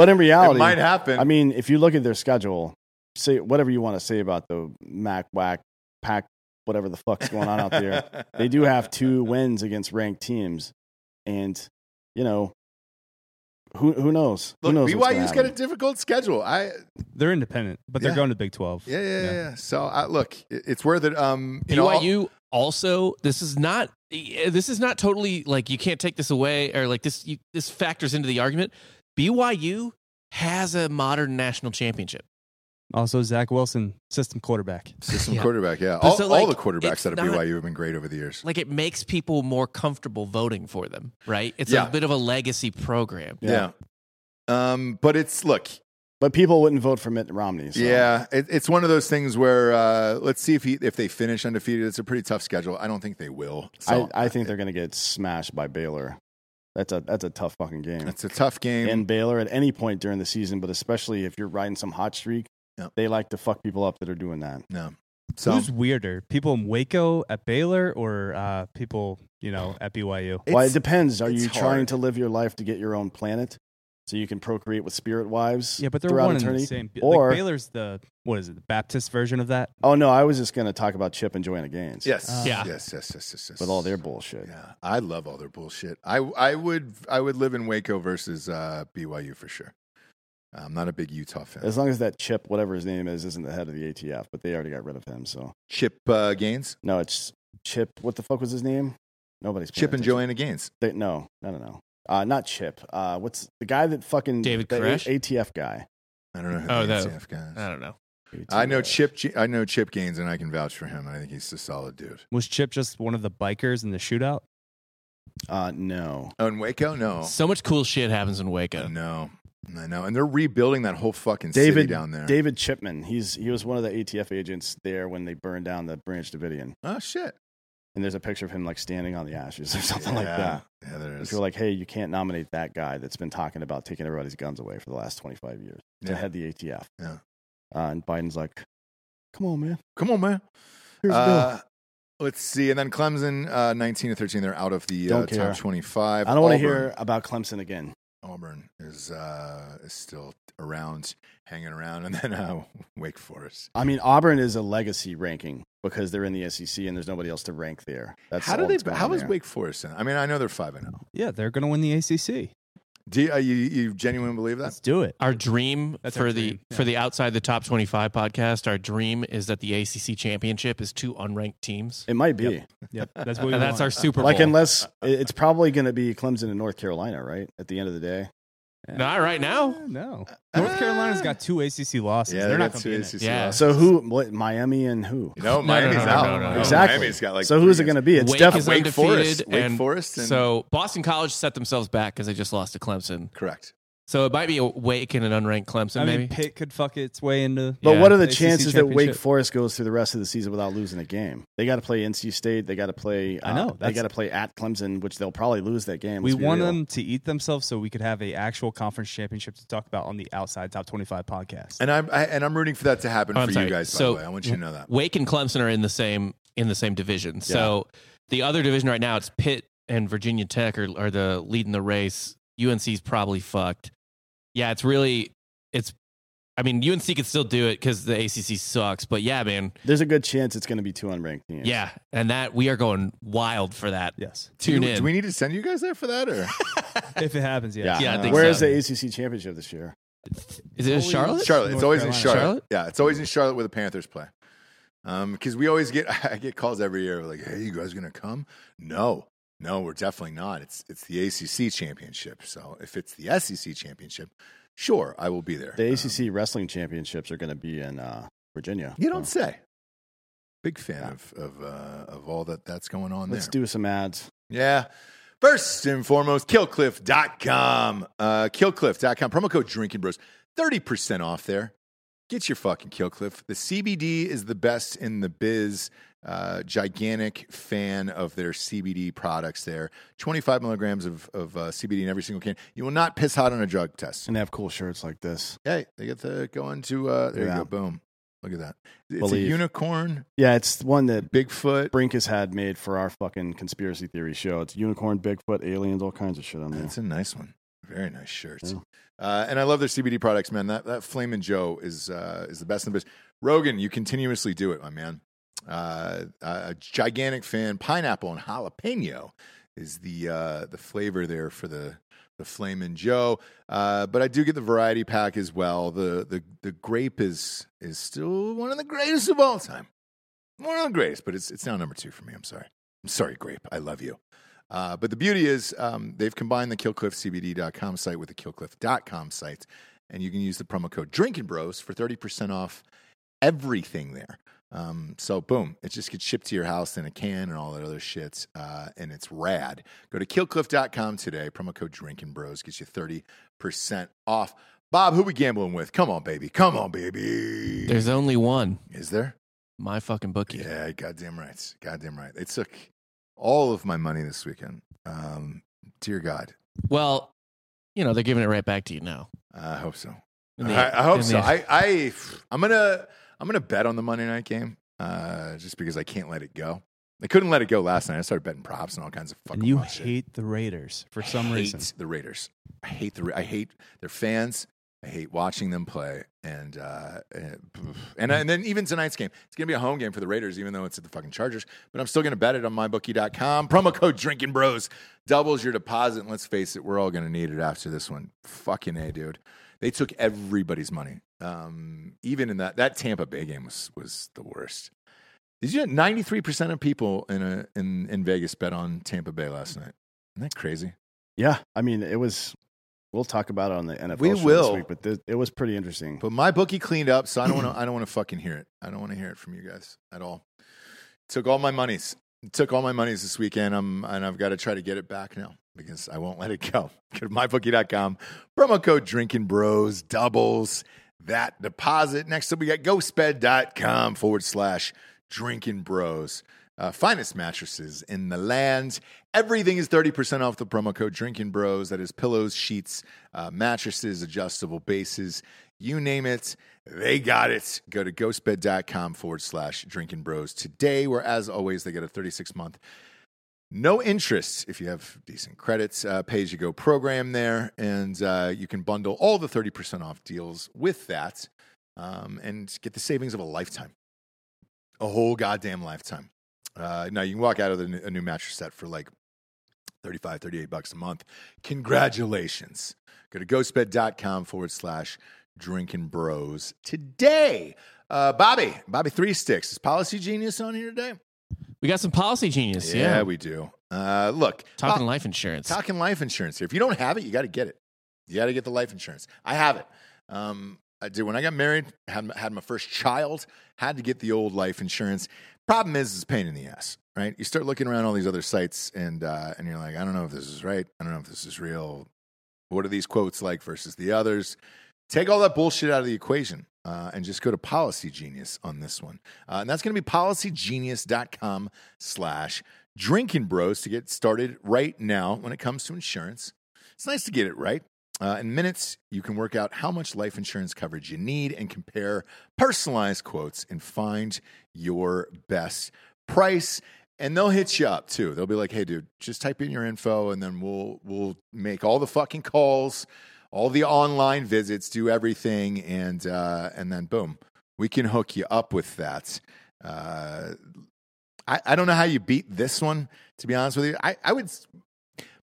in reality, might happen. I mean, if you look at their schedule, say whatever you want to say about the Mac Whack Pack, whatever the fuck's going on out there. they do have two wins against ranked teams, and you know, who who knows? Look, who knows what's gonna BYU's got a happen? difficult schedule. I They're independent, but they're Yeah. going to Big 12. yeah yeah yeah. Yeah. yeah. So I, look, it- it's worth it. Um, you know, I'll- BYU also this is not eh, this is not totally like you can't take this away or like this you, this factors into the argument. BYU has a modern national championship. Also, Zach Wilson, system quarterback. system Yeah. quarterback. Yeah, But all, so, all the like, quarterbacks it's out of not- BYU have been great over the years. Like it makes people more comfortable voting for them, right? It's Yeah. a bit of a legacy program. Yeah. Um, but it's look, But people wouldn't vote for Mitt Romney. So. Yeah, it, it's one of those things where uh, let's see if he, if they finish undefeated. It's a pretty tough schedule. I don't think they will. So I, I think they're gonna get smashed by Baylor. That's a that's a tough fucking game. it's a tough game. and Baylor at any point during the season, but especially if you're riding some hot streak, Yep. they like to fuck people up that are doing that. no, so Who's weirder, people in Waco at Baylor or uh, people, you know, at BYU? well, It's- it depends. Are it's you hard. trying to live your life to get your own planet so you can procreate with spirit wives? Yeah, but they're throughout one and eternity? the same. Or like Baylor's the what is it? The Baptist version of that. oh no, I was just gonna talk about Chip and Joanna Gaines. yes, Uh, Yeah. yes, yes, yes, yes, yes, with all their bullshit. Yeah, I love all their bullshit. I I would I would live in Waco versus uh, BYU for sure. I'm not a big Utah fan. As long as that Chip, whatever his name is, isn't the head of the ATF, but they already got rid of him. So Chip uh, Gaines, no, it's Chip. What the fuck was his name? Nobody's paying Chip and attention. Joanna Gaines. They, no, no, no, no. Uh, not Chip. Uh, what's the guy that fucking David the Koresh? A- ATF guy? I don't know who Oh, the the- ATF guy is. I don't know. I know Chip. G- I know Chip Gaines, and I can vouch for him. I think he's a solid dude. Was Chip just one of the bikers in the shootout? Uh, no. Oh, in Waco? No. So much cool shit happens in Waco. No. I know. And they're rebuilding that whole fucking city David down there. David Chipman. He's he was one of the ATF agents there when they burned down the Branch Davidian. oh, shit. And there's a picture of him like standing on the ashes or something like that. Yeah, there If is. you're like, hey, you can't nominate that guy that's been talking about taking everybody's guns away for the last 25 years Yeah. to head the ATF. Yeah. Uh, and Biden's like, come on, man. Come on, man. Here's a bill. Uh, let's see. And then Clemson, uh, 19 to 13, they're out of the uh, Don't care. top 25. I don't want to Auburn- hear about Clemson again. Auburn is, uh, is still around, hanging around. And then uh, Wake Forest. I mean, Auburn is a legacy ranking because they're in the SEC and there's nobody else to rank there. That's how do all they? that's going How on is there. Wake Forest? In? I mean, I know they're five and zero. Yeah, they're gonna win the ACC. Do you, uh, you, you genuinely believe that? Let's do it. Our dream That's for our the dream, yeah. for the outside the top twenty five podcast, our dream is that the ACC championship is two unranked teams, It might be. Yep, that's what we and that's our want. Super Bowl. Like, Uh, unless it- it's probably going to be Clemson and North Carolina, right? At the end of the day. Not right now. Eh, No, North Carolina's got two ACC losses. Yeah, they're they got not going two to be in it. ACC Yeah. losses. So who? What, Miami and who? You know, No, no, no, Miami's no, out. no, no, no. Exactly. Oh, Miami's got like so who's it going to be? It's Wake is definitely Wake undefeated, Forest. Wake and Forest and- so Boston College set themselves back because they just lost to Clemson. Correct. So it might be a Wake and an unranked Clemson, I mean, maybe. Pitt could fuck its way into. But Yeah. what are the ACC chances that Wake championship. Forest goes through the rest of the season without losing a game? They got to play NC State. They got to play. I uh, know, They that's- got to play at Clemson, which they'll probably lose that game. We let's be want real. them to eat themselves so we could have a actual conference championship to talk about on the outside top twenty five podcast. And I'm I, and I'm rooting for that to happen Oh, I'm for sorry. you guys. By So- the way, I want you to know that. Wake and Clemson are in the same in the same division. So the other division right now, it's Pitt and Virginia Tech are, are the leading the race. UNC's probably fucked. Yeah, it's really it's. I mean, UNC could still do it because the ACC sucks. But yeah, man, There's a good chance it's going to be two unranked teams. yeah, and that we are going wild for that. yes, Tune do, in. do we need to send you guys there for that, or if it happens, yes. Yeah. Yeah, I think Where so. is the ACC championship this year? Is it Charlotte? Charlotte? It's North always in Carolina. Charlotte. Charlotte? Yeah, it's always in Charlotte where the Panthers play. Um, because we always get I get calls every year like, "Hey, you guys gonna come?" No, no, we're definitely not. It's it's the ACC championship. So if it's the SEC championship, sure, I will be there. The Uh, Um, ACC wrestling championships are going to be in uh, Virginia. You don't So say. Big fan Yeah. of of uh, of all that that's going on Let's there. do some ads. yeah. First and foremost, killcliff.com. Uh, killcliff.com. Promo code Drinking Bros. 30% off there. Get your fucking Killcliff. The CBD is the best in the biz. Uh, gigantic fan of their CBD products there. 25 milligrams of, of uh, CBD in every single can. You will not piss hot on a drug test. And they have cool shirts like this. Hey, they get the going to, uh, there Yeah. you go. Boom. Look at that. It's Believe. a unicorn, Yeah, it's one that Bigfoot, Brink has had made for our fucking conspiracy theory show. It's unicorn, Bigfoot, aliens, all kinds of shit on there. That's a nice one. Very nice shirt. Yeah. Uh, and I love their CBD products, man. That that Flamin' Joe is uh, is the best in the business. Rogan, you continuously do it, my man. Uh, a gigantic fan. Pineapple and jalapeno is the uh, the flavor there for the the Flamin' Joe. Uh, but I do get the variety pack as well. The the the grape is is still one of the greatest of all time. One of the greatest, but it's it's now number two for me. I'm sorry. I'm sorry, grape. I love you. Uh, but the beauty is um, they've combined the KillcliffCBD.com site with the KillCliff.com site, and you can use the promo code Drinking Bros for thirty percent off everything there. Um, so boom, it just gets shipped to your house in a can and all that other shit, uh, and it's rad. Go to KillCliff.com today. Promo code Drinking Bros gets you thirty percent off. Bob, who we gambling with? Come on, baby. Come on, baby. There's only one. Is there? My fucking bookie. Yeah, goddamn right. Goddamn right. They took all of my money this weekend. Um, dear God. Well, you know they're giving it right back to you now. I hope so. In the- I, I hope in so. the- I, I I'm gonna I'm gonna bet on the Monday night game. Uh, just because I can't let it go. I couldn't let it go last night. I started betting props and all kinds of fucking. And you wild shit. hate the Raiders for some I reason. hate the Raiders. I hate the Ra- I hate their fans. I hate watching them play, and uh, eh, and and then even tonight's game, it's gonna be a home game for the Raiders, even though it's at the fucking Chargers. But I'm still gonna bet it on mybookie.com. Promo code Drinking Bros doubles your deposit. And let's face it, we're all gonna need it after this one. Fucking a, dude. They took everybody's money. Um, even in that that Tampa Bay game was was the worst. Did you know 93% of people in a in, in Vegas bet on Tampa Bay last night? Isn't that crazy? Yeah, I mean, it was. We'll talk about it on the NFL We show this will. week, but th- it was pretty interesting. But my bookie cleaned up, so I don't want to. I don't want to fucking hear it. I don't want to hear it from you guys at all. Took all my monies. took all my monies this weekend. I'm, and I've got to try to get it back now because I won't let it go. Go to mybookie.com, promo code drinking bros doubles that deposit. Next up, we got gosped.com forward slash drinking bros. Uh, finest mattresses in the land. Everything is 30% off the promo code drinking bros. That is pillows, sheets, uh, mattresses, adjustable bases, you name it. They got it. Go to ghostbed.com forward slash drinking bros today, where, as always, they get a 36 month no interest if you have decent credits, uh, pay as you go program there. And uh, you can bundle all the 30% off deals with that um, and get the savings of a lifetime, a whole goddamn lifetime. Uh, now you can walk out of the, n- a new mattress set for like 35, 38 bucks a month. Congratulations. Go to ghostbed.com forward slash drinking bros today. Uh, Bobby, Bobby Three Sticks, is Policy Genius on here today? We got some policy genius. Yeah, Yeah. we do. Uh, look, Talking Bo- life insurance. Talking life insurance here. If you don't have it, you got to get it. You got to get the life insurance. I have it. Um, I did when I got married, had my- had my first child, had to get the old life insurance. Problem is, it's a pain in the ass, right? You start looking around all these other sites, and uh, and you're like, I don't know if this is right. I don't know if this is real. What are these quotes like versus the others? Take all that bullshit out of the equation. Uh, and just go to Policy Genius on this one. Uh, and that's going to be policygenius.com slash drinking bros to get started right now when it comes to insurance. It's nice to get it right. Uh, in minutes, you can work out how much life insurance coverage you need and compare personalized quotes and find your best price. And they'll hit you up too. They'll be like, "Hey, dude, just type in your info, and then we'll we'll make all the fucking calls, all the online visits, do everything, and uh, and then boom, we can hook you up with that." Uh, I, I don't know how you beat this one, to be honest with you. I, I would, s-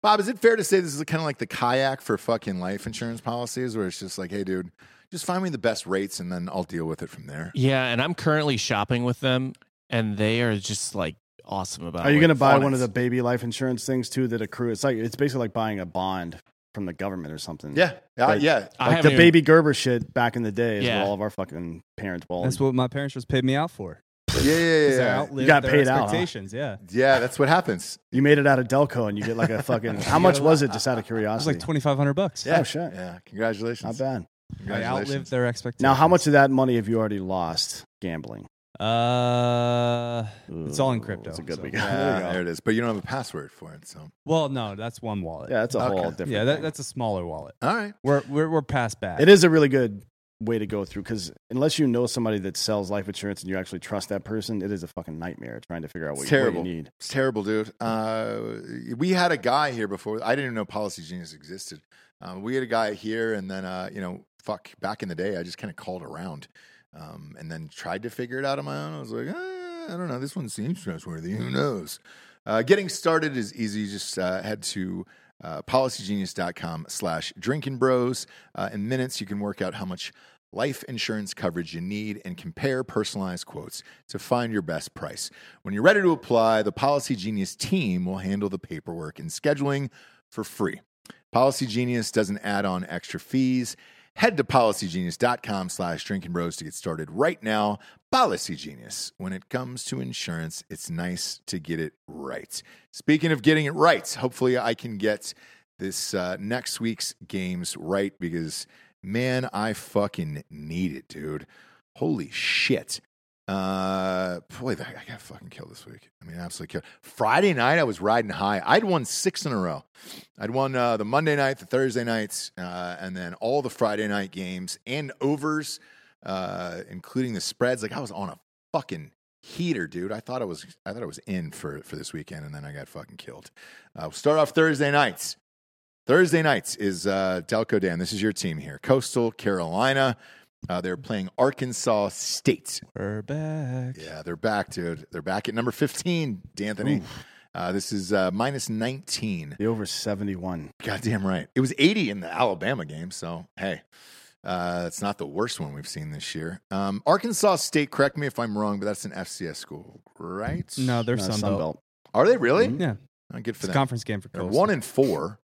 Bob, is it fair to say this is kind of like the kayak for fucking life insurance policies where it's just like, hey, dude, just find me the best rates and then I'll deal with it from there? yeah, and I'm currently shopping with them, and they are just like awesome about. Are you like, going to buy on one it. of the baby life insurance things too that accrue? It's like it's basically like buying a bond from the government or something. Yeah. Yeah. Mm. Like- yeah. I like the haven't even- baby Gerber shit back in the day. Is Yeah. what all of our fucking parents. Well, That's what my parents just paid me out for. Yeah. Yeah. 'Cause I Yeah. outlived You got their paid out, Oh, huh? expectations. Yeah, it Yeah, That's what happens. you made it out of Delco and you get like a fucking. How much was it? Just out of was curiosity. like twenty five hundred bucks. Yeah. Oh, shit. Yeah. Congratulations. Not bad. I outlived Congratulations. their expectations. Now, how much of that money have you already lost gambling? Uh, it's all in crypto. It's a good so- weekend. Yeah, There you go. there it is. But you don't have a password for it. So, Well, no, that's one wallet. Yeah, that's a Okay. whole different. yeah, that, thing. that's a smaller wallet. all right. We're we're we're past back. It is a really good way to go through because unless you know somebody that sells life insurance and you actually trust that person, it is a fucking nightmare trying to figure out what, It's you, what terrible. you need. It's terrible, dude. Uh, we had a guy here before. I didn't even know Policy Genius existed. Um, we had a guy here, and then uh, you know, fuck. Back in the day, I just kind of called around, um, and then tried to figure it out on my own. I was like, eh, I don't know. This one seems trustworthy. Who knows? Uh, getting started is easy. You just uh, head to uh, policygenius.com slash drinking bros. Uh, in minutes, you can work out how much life insurance coverage you need and compare personalized quotes to find your best price. When you're ready to apply, the Policy Genius team will handle the paperwork and scheduling for free. Policy Genius doesn't add on extra fees. Head to policygenius.com slash drinking bros to get started right now. Policy Genius. When it comes to insurance, it's nice to get it right. Speaking of getting it right, hopefully I can get this uh, next week's games right because, man, I fucking need it, dude. Holy shit. Uh, boy, I I got fucking killed this week. I mean, absolutely killed. Friday night, I was riding high. I'd won six in a row. I'd won uh, the Monday night, the Thursday nights, uh, and then all the Friday night games and overs, uh, including the spreads. Like I was on a fucking heater, dude. I thought I was, I thought I was in for for this weekend, and then I got fucking killed. Uh, we'll start off Thursday nights. Thursday nights is uh, Delco Dan. This is your team here, Coastal Carolina. Uh, they're playing Arkansas State. We're back. Yeah, they're back, dude. They're back at number 15, D'Anthony. Uh, this is uh, minus 19. The over seventy one. Goddamn right. It was 80 in the Alabama game, so hey, uh, it's not the worst one we've seen this year. Um, Arkansas State, correct me if I'm wrong, but that's an FCS school, right? No, they're Sun Belt. Are they really? Mhm. Yeah, Oh, good it's for a them. conference game for They're Coastal. one and four.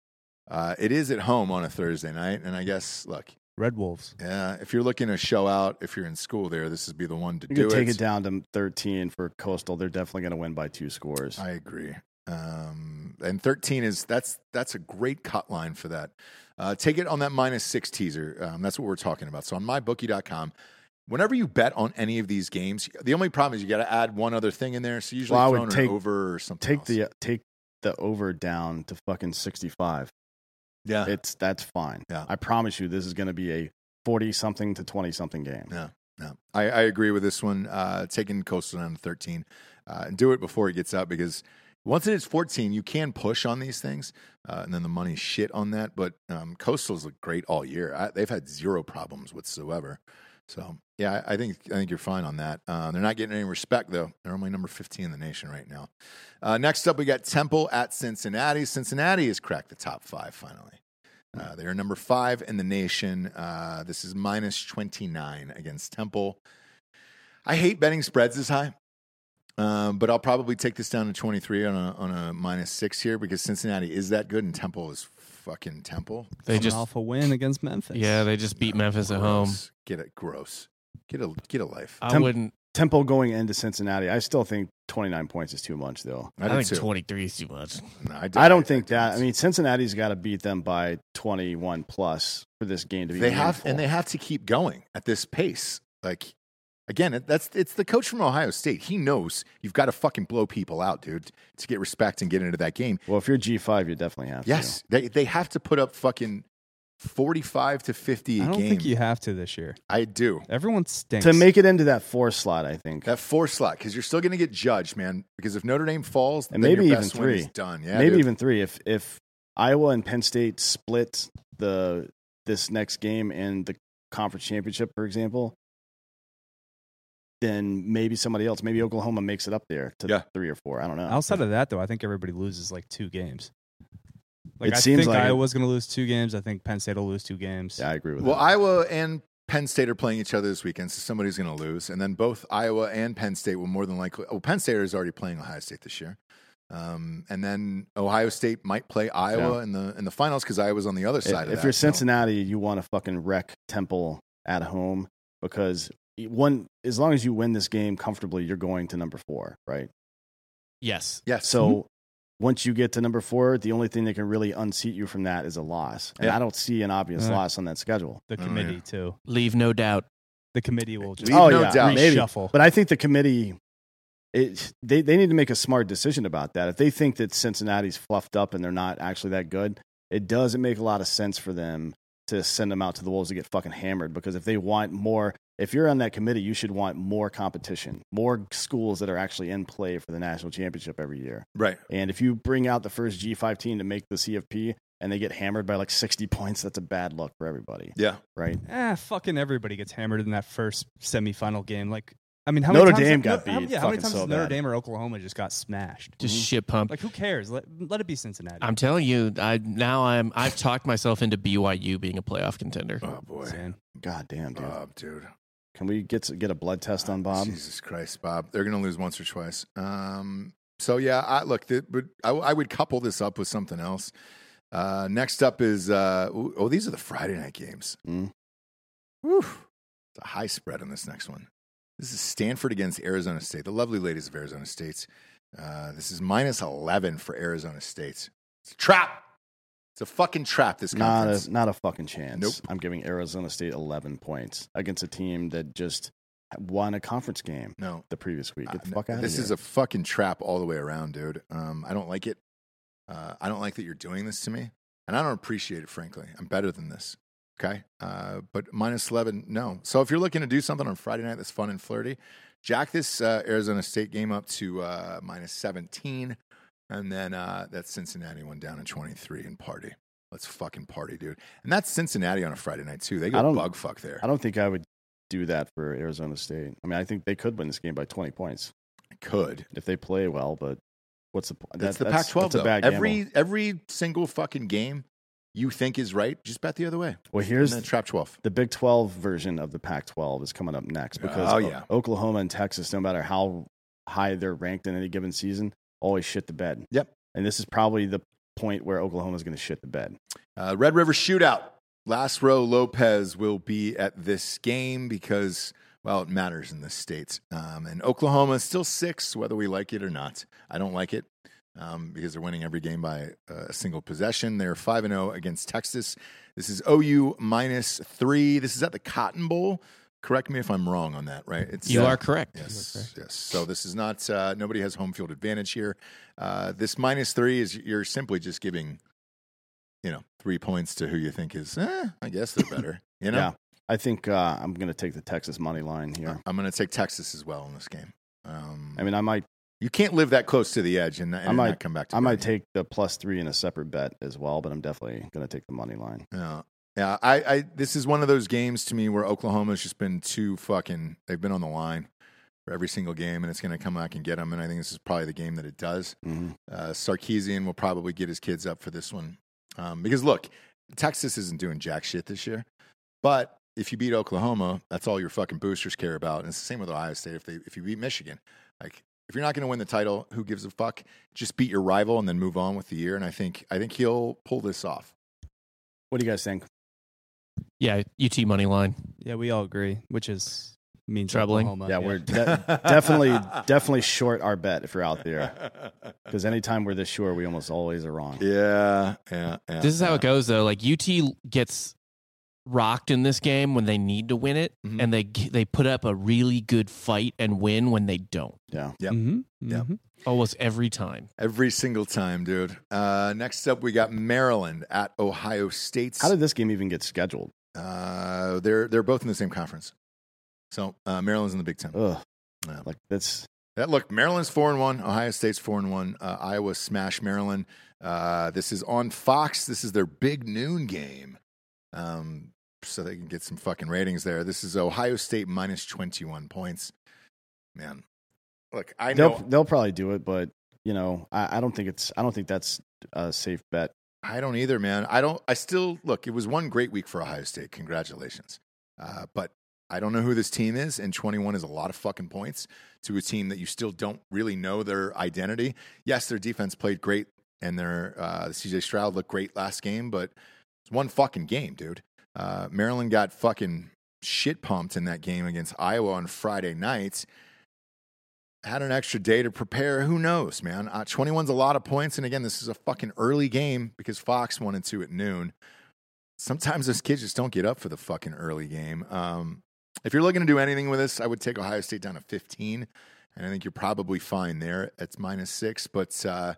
Uh, it is at home on a Thursday night, and I guess, look, Red Wolves. Yeah, if you're looking to show out, if you're in school there, this would be the one to You do could take it down to 13 for Coastal. They're definitely going to win by two scores. I agree. Um, and 13 is that's that's a great cut line for that. Uh, take it on that minus six teaser. Um, that's what we're talking about. So on mybookie.com, whenever you bet on any of these games, the only problem is you got to add one other thing in there. So usually Well, I would thrown take- an over or something. take else. the uh, take the over down to fucking 65. yeah. It's that's fine. Yeah. I promise you, this is going to be a 40 something to 20 something game. Yeah. No, I, I agree with this one. Uh, taking Coastal down to 13 uh, and do it before it gets up because once it is 14, you can push on these things uh, and then the money's shit on that. But um, Coastal's look great all year. I, they've had zero problems whatsoever. So yeah, I, I think I think you're fine on that. Uh, they're not getting any respect though. They're only number 15 in the nation right now. Uh, next up, we got Temple at Cincinnati. Cincinnati has cracked the top five finally. Hmm. Uh, they are number five in the nation. Uh, this is minus 29 against Temple. I hate betting spreads this high, um, but I'll probably take this down to 23 on a, on a minus six here because Cincinnati is that good and Temple is fucking Temple. They Coming just off a win against Memphis. yeah, they just beat Memphis at home. Gross. Get it. Gross. Get a, get a life. I Temp- wouldn't. Temple going into Cincinnati. I still think 29 points is too much, though. I, do think too. twenty three is too much. No, I, I don't think do that. too. I mean, Cincinnati's got to beat them by 21 plus for this game to be. they have meaningful. and they have to keep going at this pace like again it- that's it's the coach from ohio state he knows you've got to fucking blow people out dude to get respect and get into that game Well, if you're G5, you definitely have. yes they, they have to put up fucking 45 to 50 I a don't game think you have to this year. i do Everyone to. stinks. to make it into that four slot. I think that four slot because you're still going to get judged man because if notre dame falls And then maybe your even best win is three. done yeah maybe dude. even three. If if Iowa and Penn State split the this next game and the conference championship, for example, then maybe somebody else, maybe Oklahoma makes it up there to Yeah. three or four. I don't know. Outside of that, though, I think everybody loses like two games. Like It I seems think like it. Iowa's going to lose two games. I think Penn State will lose two games. yeah, I agree with Well, that. Iowa and Penn State are playing each other this weekend, so somebody's going to lose. And then both Iowa and Penn State will more than likely. Well, Penn State is already playing Ohio State this year, um, and then Ohio State might play Iowa in the in the finals because Iowa's on the other if, side of if that. you're so- Cincinnati, you want to fucking wreck Temple at home because one, as long as you win this game comfortably, you're going to number four, right? Yes, yes. So once you get to number four, the only thing that can really unseat you from that is a loss. And Yeah. I don't see an obvious Yeah. loss on that schedule. The Oh, yeah. committee too. leave no doubt. The committee will just Leave oh, no yeah, doubt. maybe. reshuffle. But I think the committee, it, they, they need to make a smart decision about that. If they think that Cincinnati's fluffed up and they're not actually that good, it doesn't make a lot of sense for them to send them out to the Wolves to get fucking hammered because if they want more, if you're on that committee, you should want more competition, more schools that are actually in play for the national championship every year. right. And if you bring out the first G5 team to make the CFP and they get hammered by like 60 points, that's a bad look for everybody, Yeah. right? Ah, fucking everybody gets hammered in that first semifinal game. Like, I mean, how Notre many times Dame got no- how- beat yeah, how many fucking times so has Notre bad. Dame or Oklahoma just got smashed? Just Mm-hmm. shit pump. Like, who cares? Let, let it be Cincinnati. I'm telling you, I now I'm I've talked myself into BYU being a playoff contender. Oh boy, Saying. God damn, dude. Bob, dude. Can we get get a blood test uh, on Bob? Jesus Christ, Bob. They're going to lose once or twice. Um, so yeah, I look. The, but I, I would couple this up with something else. Uh, next up is uh, ooh- oh, these are the Friday night games. Mm. Whew. It's a high spread on this next one. This is Stanford against Arizona State. The lovely ladies of Arizona State. Uh, this is minus eleven for Arizona State. It's a trap. It's a fucking trap. This Not conference. a not a fucking chance. Nope. I'm giving Arizona State 11 points against a team that just won a conference game no, the previous week. Get the Uh, fuck out of this here. is a fucking trap all the way around, dude. Um, I don't like it. Uh, I don't like that you're doing this to me, and I don't appreciate it. Frankly, I'm better than this. Okay, uh, but minus eleven, no. So if you're looking to do something on Friday night that's fun and flirty, jack this uh, Arizona State game up to uh, minus seventeen, and then uh, that Cincinnati one down to twenty three and party. Let's fucking party, dude. And that's Cincinnati on a Friday night too. They I go don't- bug fuck there. I don't think I would do that for Arizona State. I mean, I think they could win this game by 20 points Could if they play well, but what's the point? That's the Pac-12 That's a though. bad gamble. every every single fucking game you think is right, just bet the other way. Well, here's and then trap 12. the Big 12 version of the Pac 12 is coming up next because Oh, O- yeah. Oklahoma and Texas, no matter how high they're ranked in any given season, always shit the bed. Yep. And this is probably the point where Oklahoma is going to shit the bed. Uh, Red River Shootout. Lasro Lopez will be at this game because, well, it matters in this state. Um, and Oklahoma is still six, whether we like it or not. I don't like it um, because they're winning every game by uh, a single possession. They're 5 and 0 against Texas. This is OU minus three. This is at the Cotton Bowl. Correct me if I'm wrong on that, right? It's, You uh, are correct. Yes, yes. So this is not, uh, nobody has home field advantage here. Uh, this minus three is you're simply just giving, you know, three points to who you think is, eh, I guess they're better. You know, Yeah. I think uh, I'm going to take the Texas money line here. I'm going to take Texas as well in this game. Um, I mean, I might you can't live that close to the edge and, and I might- not come back to I might bite you. take the plus three in a separate bet as well, but I'm definitely going to take the money line. Yeah. Yeah, I, I this is one of those games to me where Oklahoma's just been too fucking they've been on the line for every single game and it's going to come back and get them and I think this is probably the game that it does. Mhm. Uh, Sarkeesian will probably get his kids up for this one um, because look, Texas isn't doing jack shit this year. But if you beat Oklahoma, that's all your fucking boosters care about. And it's the same with Ohio State. If they if you beat Michigan, like if you're not going to win the title, who gives a fuck? Just beat your rival and then move on with the year. And I think I think he'll pull this off. What do you guys think? Yeah, UT money line. Yeah, we all agree, which is means Troubling. Oklahoma, yeah, we're de- definitely definitely short our bet if you're out there because anytime we're this sure, we almost always are wrong. Yeah, yeah, yeah. This is how yeah. it goes though. Like UT gets rocked in this game when they need to win it, Mm-hmm. Mhm. and they they put up a really good fight and win when they don't. Yep. Mhm, Yep. mhm. Almost every time. Every single time, dude. Uh, next up, we got Maryland at Ohio State. How did this game even get scheduled? uh, they're they're both in the same conference. So uh, Maryland's in the Big Ten. Ugh, Yeah. Oh, like that's That look, Maryland's four and one. Ohio State's four and one. Uh, Iowa smash Maryland. Uh, this is on Fox. This is their big noon game, um, so they can get some fucking ratings there. This is Ohio State minus twenty one points. Man, look, I know they'll they'll probably do it, but you know, I, I don't think it's I don't think that's a safe bet. I don't either, man. I don't. I still look. It was one great week for Ohio State. Congratulations, uh, but I don't know who this team is, and 21 is a lot of fucking points to a team that you still don't really know their identity. Yes, their defense played great, and their uh, CJ Stroud looked great last game, but it's one fucking game, dude. Uh, Maryland got fucking shit pumped in that game against Iowa on Friday night. Had an extra day to prepare. Who knows, man? Uh, 21's a lot of points. And again, this is a fucking early game because Fox wanted to at noon. Sometimes those kids just don't get up for the fucking early game. Um, if you're looking to do anything with this, I would take Ohio State down to 15. And I think you're probably fine there. It's minus six. But uh,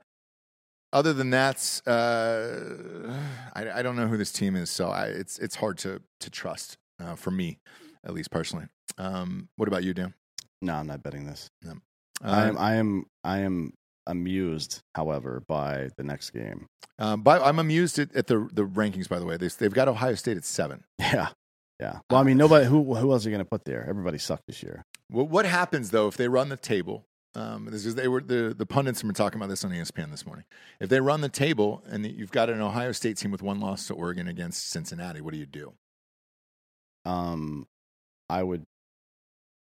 other than that, uh, I, I don't know who this team is. So I, it's, it's hard to, to trust uh, for me, at least personally. Um, what about you, Dan? No, I'm not betting this. I Um, am I am I am amused, however, by the next game. Um, but I'm amused at, at the the rankings. By the way, they, they've got Ohio State at seven. Yeah. Yeah. Well, I mean, nobody who who else are you going to put there? Everybody sucked this year. What, what happens though if they run the table? Um, this is they were the the pundits were talking about this on E ESPN this morning. If they run the table and you've got an Ohio State team with one loss to Oregon against Cincinnati, what do you do? Um, I would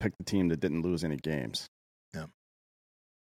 pick the team that didn't lose any games. Yeah.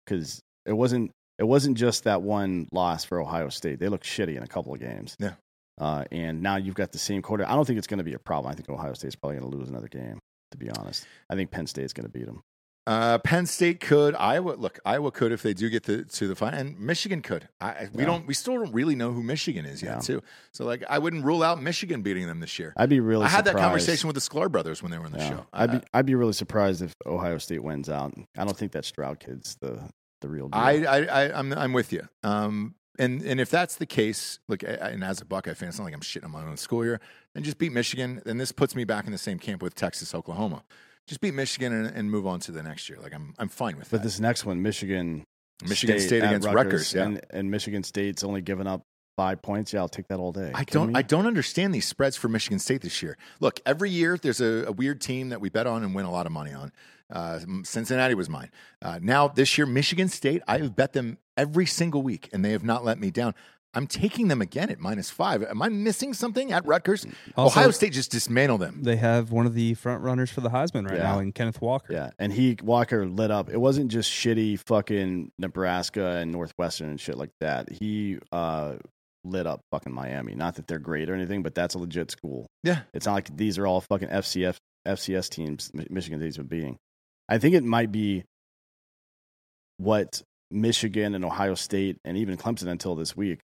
Because it wasn't it wasn't just that one loss for Ohio State. They looked shitty in a couple of games. Yeah. Uh, and now you've got the same quarter. I don't think it's going to be a problem. I think Ohio State's probably going to lose another game. To be honest, I think Penn State's going to beat them. Uh, Penn State could Iowa look Iowa could if they do get the, to the final, and Michigan could. I, I- we Yeah. don't we still don't really know who Michigan is yet Yeah. too. So like I wouldn't rule out Michigan beating them this year. I'd be really. I had that surprised- conversation with the Sklar brothers when they were on the Yeah. show. I'd I- be I'd be really surprised if Ohio State wins out. I don't think that Stroud kid's the the real deal. I, I, I I'm, I'm with you. Um, and and if that's the case, look, I, I- and as a Buckeye fan, it's not like I'm shitting on my own school here. Then just beat Michigan, and this puts me back in the same camp with Texas, Oklahoma. Just beat Michigan and, and move on to the next year. Like I'm, I'm fine with but that. this next one, Michigan, Michigan State, at against Rutgers. yeah. and, and Michigan State's only given up five points. Yeah, I'll take that all day. I Kidding don't me? I don't understand these spreads for Michigan State this year. Look, every year there's a, a weird team that we bet on and win a lot of money on. Uh, Cincinnati was mine. Uh, now this year, Michigan State, I have bet them every single week, and they have not let me down. I'm taking them again at minus five. Am I missing something at Rutgers? Also- Ohio State just dismantled them. They have one of the front runners for the Heisman right Yeah. now in Kenneth Walker. Yeah, and he Walker lit up. It wasn't just shitty fucking Nebraska and Northwestern and shit like that. He uh lit up fucking Miami. Not that they're great or anything, but that's a legit school. Yeah. It's not like these are all fucking FCF FCS teams Mi- Michigan State's been beating. I think it might be what Michigan and Ohio State and even Clemson until this week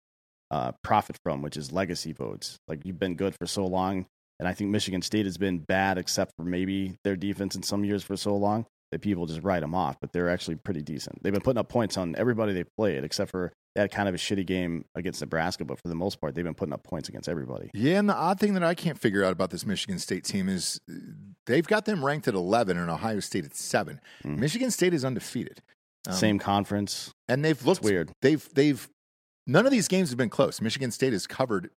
uh, profit from, which is legacy votes. Like you've been good for so long, and I think Michigan State has been bad except for maybe their defense in some years for so long that people just write them off. But they're actually pretty decent. They've been putting up points on everybody they played except for that kind of a shitty game against Nebraska. But for the most part, they've been putting up points against everybody. Yeah, and the odd thing that I can't figure out about this Michigan State team is uh, they've got them ranked at 11 and Ohio State at 7. Mhm. Michigan State is undefeated. Um, Same conference. And they've It's looked weird. They've they've none of these games have been close. Michigan State has covered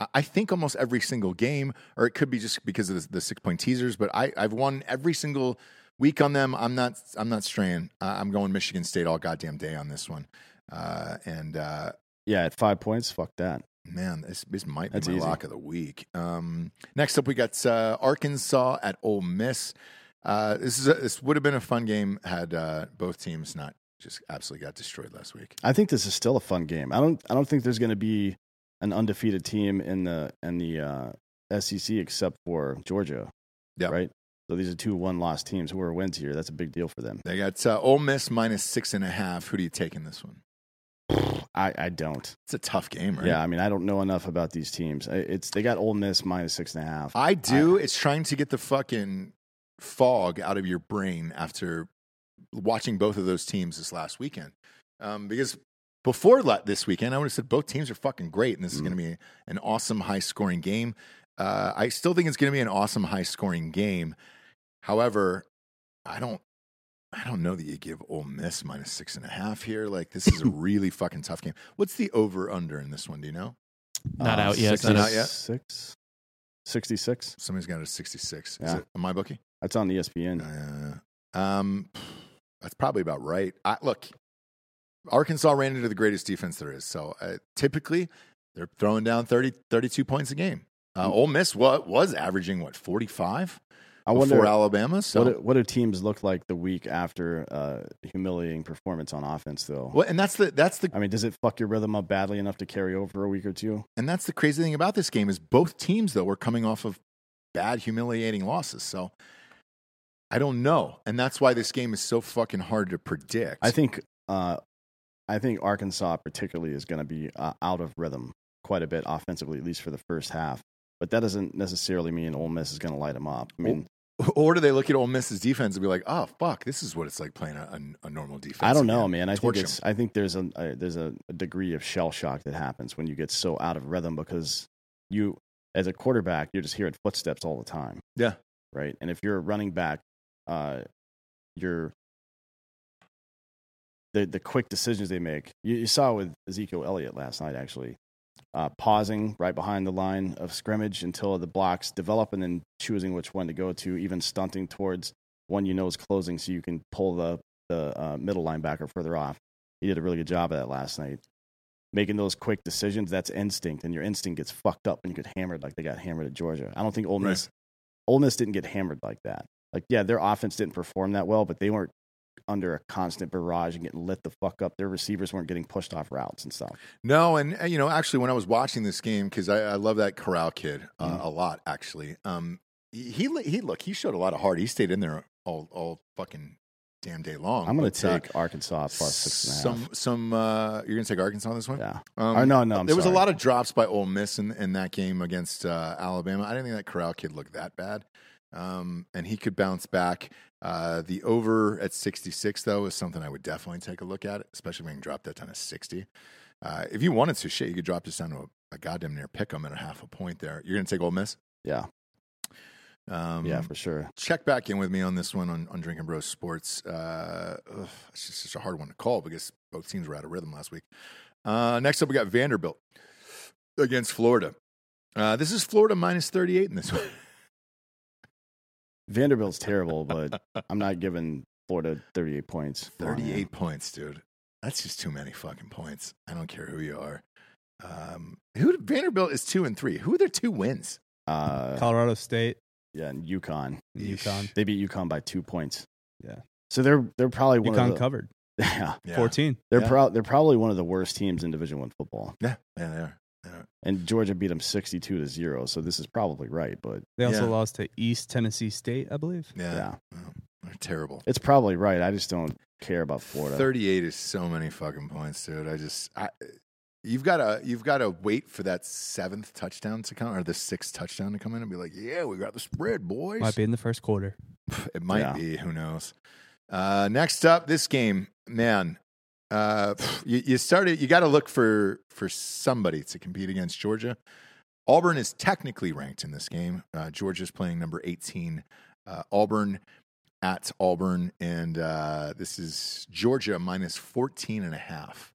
I- I think almost every single game, or it could be just because of the, the six point teasers, but I, I've won every single week on them. I'm not I'm not straying. I- I'm going Michigan State all goddamn day on this one. Uh, and uh, Yeah, at five points, fuck that. Man, this, this might be That's my easy. lock of the week. Um, next up, we got uh, Arkansas at Ole Miss. Uh, this is a, this would have been a fun game had uh, both teams not just absolutely got destroyed last week. I think this is still a fun game. I don't I don't think there's going to be an undefeated team in the in the uh, SEC except for Georgia. Yeah. Right. So these are two one loss teams. Whoever wins here, that's a big deal for them. They got uh, Ole Miss minus six and a half. Who do you take in this one? I, I don't. It's a tough game, right? Yeah, I mean, I don't know enough about these teams. I- It's they got Ole Miss minus six and a half. Uh, I do. it's trying to get the fucking fog out of your brain after watching both of those teams this last weekend. Um, because before la- this weekend, I would have said both teams are fucking great, and this is Mm. going to be an awesome high scoring game. Uh, I still think it's going to be an awesome high scoring game. However, I don't. I don't know that you give Ole Miss minus six and a half here. Like this is a really fucking tough game. What's the over under in this one? Do you know? Not out yet. Oh, six- Not out yet. Six. 66. Somebody's got it at sixty six. Is Yeah. it my bookie? That's on E ESPN. Uh, um, that's probably about right. I, look, Arkansas ran into the greatest defense there is. So uh, typically, they're throwing down 30, 32 points a game. Mm. Uh, Ole Miss wa- was averaging what forty five I before wonder Alabama. So what do, what do teams look like the week after uh, humiliating performance on offense, though? well, and that's the that's the I mean, does it fuck your rhythm up badly enough to carry over a week or two? and that's the crazy thing about this game is both teams though were coming off of bad humiliating losses. So I don't know, and that's why this game is so fucking hard to predict. I think uh, I think Arkansas particularly is going to be uh, out of rhythm quite a bit offensively, at least for the first half. But that doesn't necessarily mean Ole Miss is going to light them up. I mean, Or do they look at Ole Miss's defense and be like, "Oh fuck, this is what it's like playing a, a, a normal defense"? I don't know, again." man. I Torch think it's, I think there's a, a there's a, a degree of shell shock that happens when you get so out of rhythm because you as a quarterback you're just hearing footsteps all the time. Yeah. Right. And if you're a running back, uh, you're the the quick decisions they make. You, you saw with Ezekiel Elliott last night actually. Uh, pausing right behind the line of scrimmage until the blocks develop and then choosing which one to go to, even stunting towards one you know is closing so you can pull the the uh, middle linebacker further off. He did a really good job of that last night. Making those quick decisions, that's instinct, and your instinct gets fucked up when you get hammered like they got hammered at Georgia. I don't think Ole Right. Miss, Ole Miss didn't get hammered like that. Like, yeah, their offense didn't perform that well, but they weren't under a constant barrage and getting lit the fuck up. Their receivers weren't getting pushed off routes and stuff. No, and uh, you know, actually, when I was watching this game, because I, I love that Corral kid uh, Mhm. a lot, actually. Um, he he li- he look, he showed a lot of heart. He stayed in there all all fucking damn day long. I'm going But, to uh, take Arkansas plus six and a half. Some some uh, you're gonna take Arkansas on this one. yeah. Um, or no, no, I'm there was sorry. a lot of drops by Ole Miss in, in that game against uh, Alabama. I didn't think that Corral kid looked that bad, um, and he could bounce back. Uh, the over at 66 though is something I would definitely take a look at, especially when you can drop that down to 60. Uh, if you wanted to, shit, you could drop this down to a, a goddamn near pick 'em at a half a point there. You're gonna take Ole Miss. Yeah. Um, yeah, for sure. check back in with me on this one on, on Drinking Bros Sports. Uh, ugh, it's just such a hard one to call because both teams were out of rhythm last week. Uh, next up, we got Vanderbilt against Florida. Uh, this is Florida minus 38 in this one. Vanderbilt's terrible, but I'm not giving Florida 38 points. Come on, man. 38 points, dude. That's just too many fucking points. I don't care who you are. Um, who Vanderbilt is two and three. Who are their two wins? Uh, Colorado State, yeah, and UConn. and Yeesh. UConn, They beat UConn by two points. Yeah. So they're they're probably one UConn of the, covered yeah Yeah. fourteen. they're Yeah. prob- they're probably one of the worst teams in Division One football. Yeah, yeah, they are. Yeah. And Georgia beat them 62 to 0. So this is probably right, but They also Yeah. lost to East Tennessee State, I believe. Yeah. yeah. Well, they're terrible. It's probably right. I just don't care about Florida. 38 is so many fucking points, dude. I just I you've got to you've got to wait for that seventh touchdown to come or the sixth touchdown to come in and be like, "Yeah, we got the spread, boys." Might be in the first quarter. It might Yeah. be. Who knows? Uh, next up, this game, man. Uh, you, you started. You got to look for for somebody to compete against Georgia. Auburn is technically ranked in this game. Uh, Georgia's playing number eighteen. Uh, Auburn at Auburn, and uh, this is Georgia minus 14 and a half.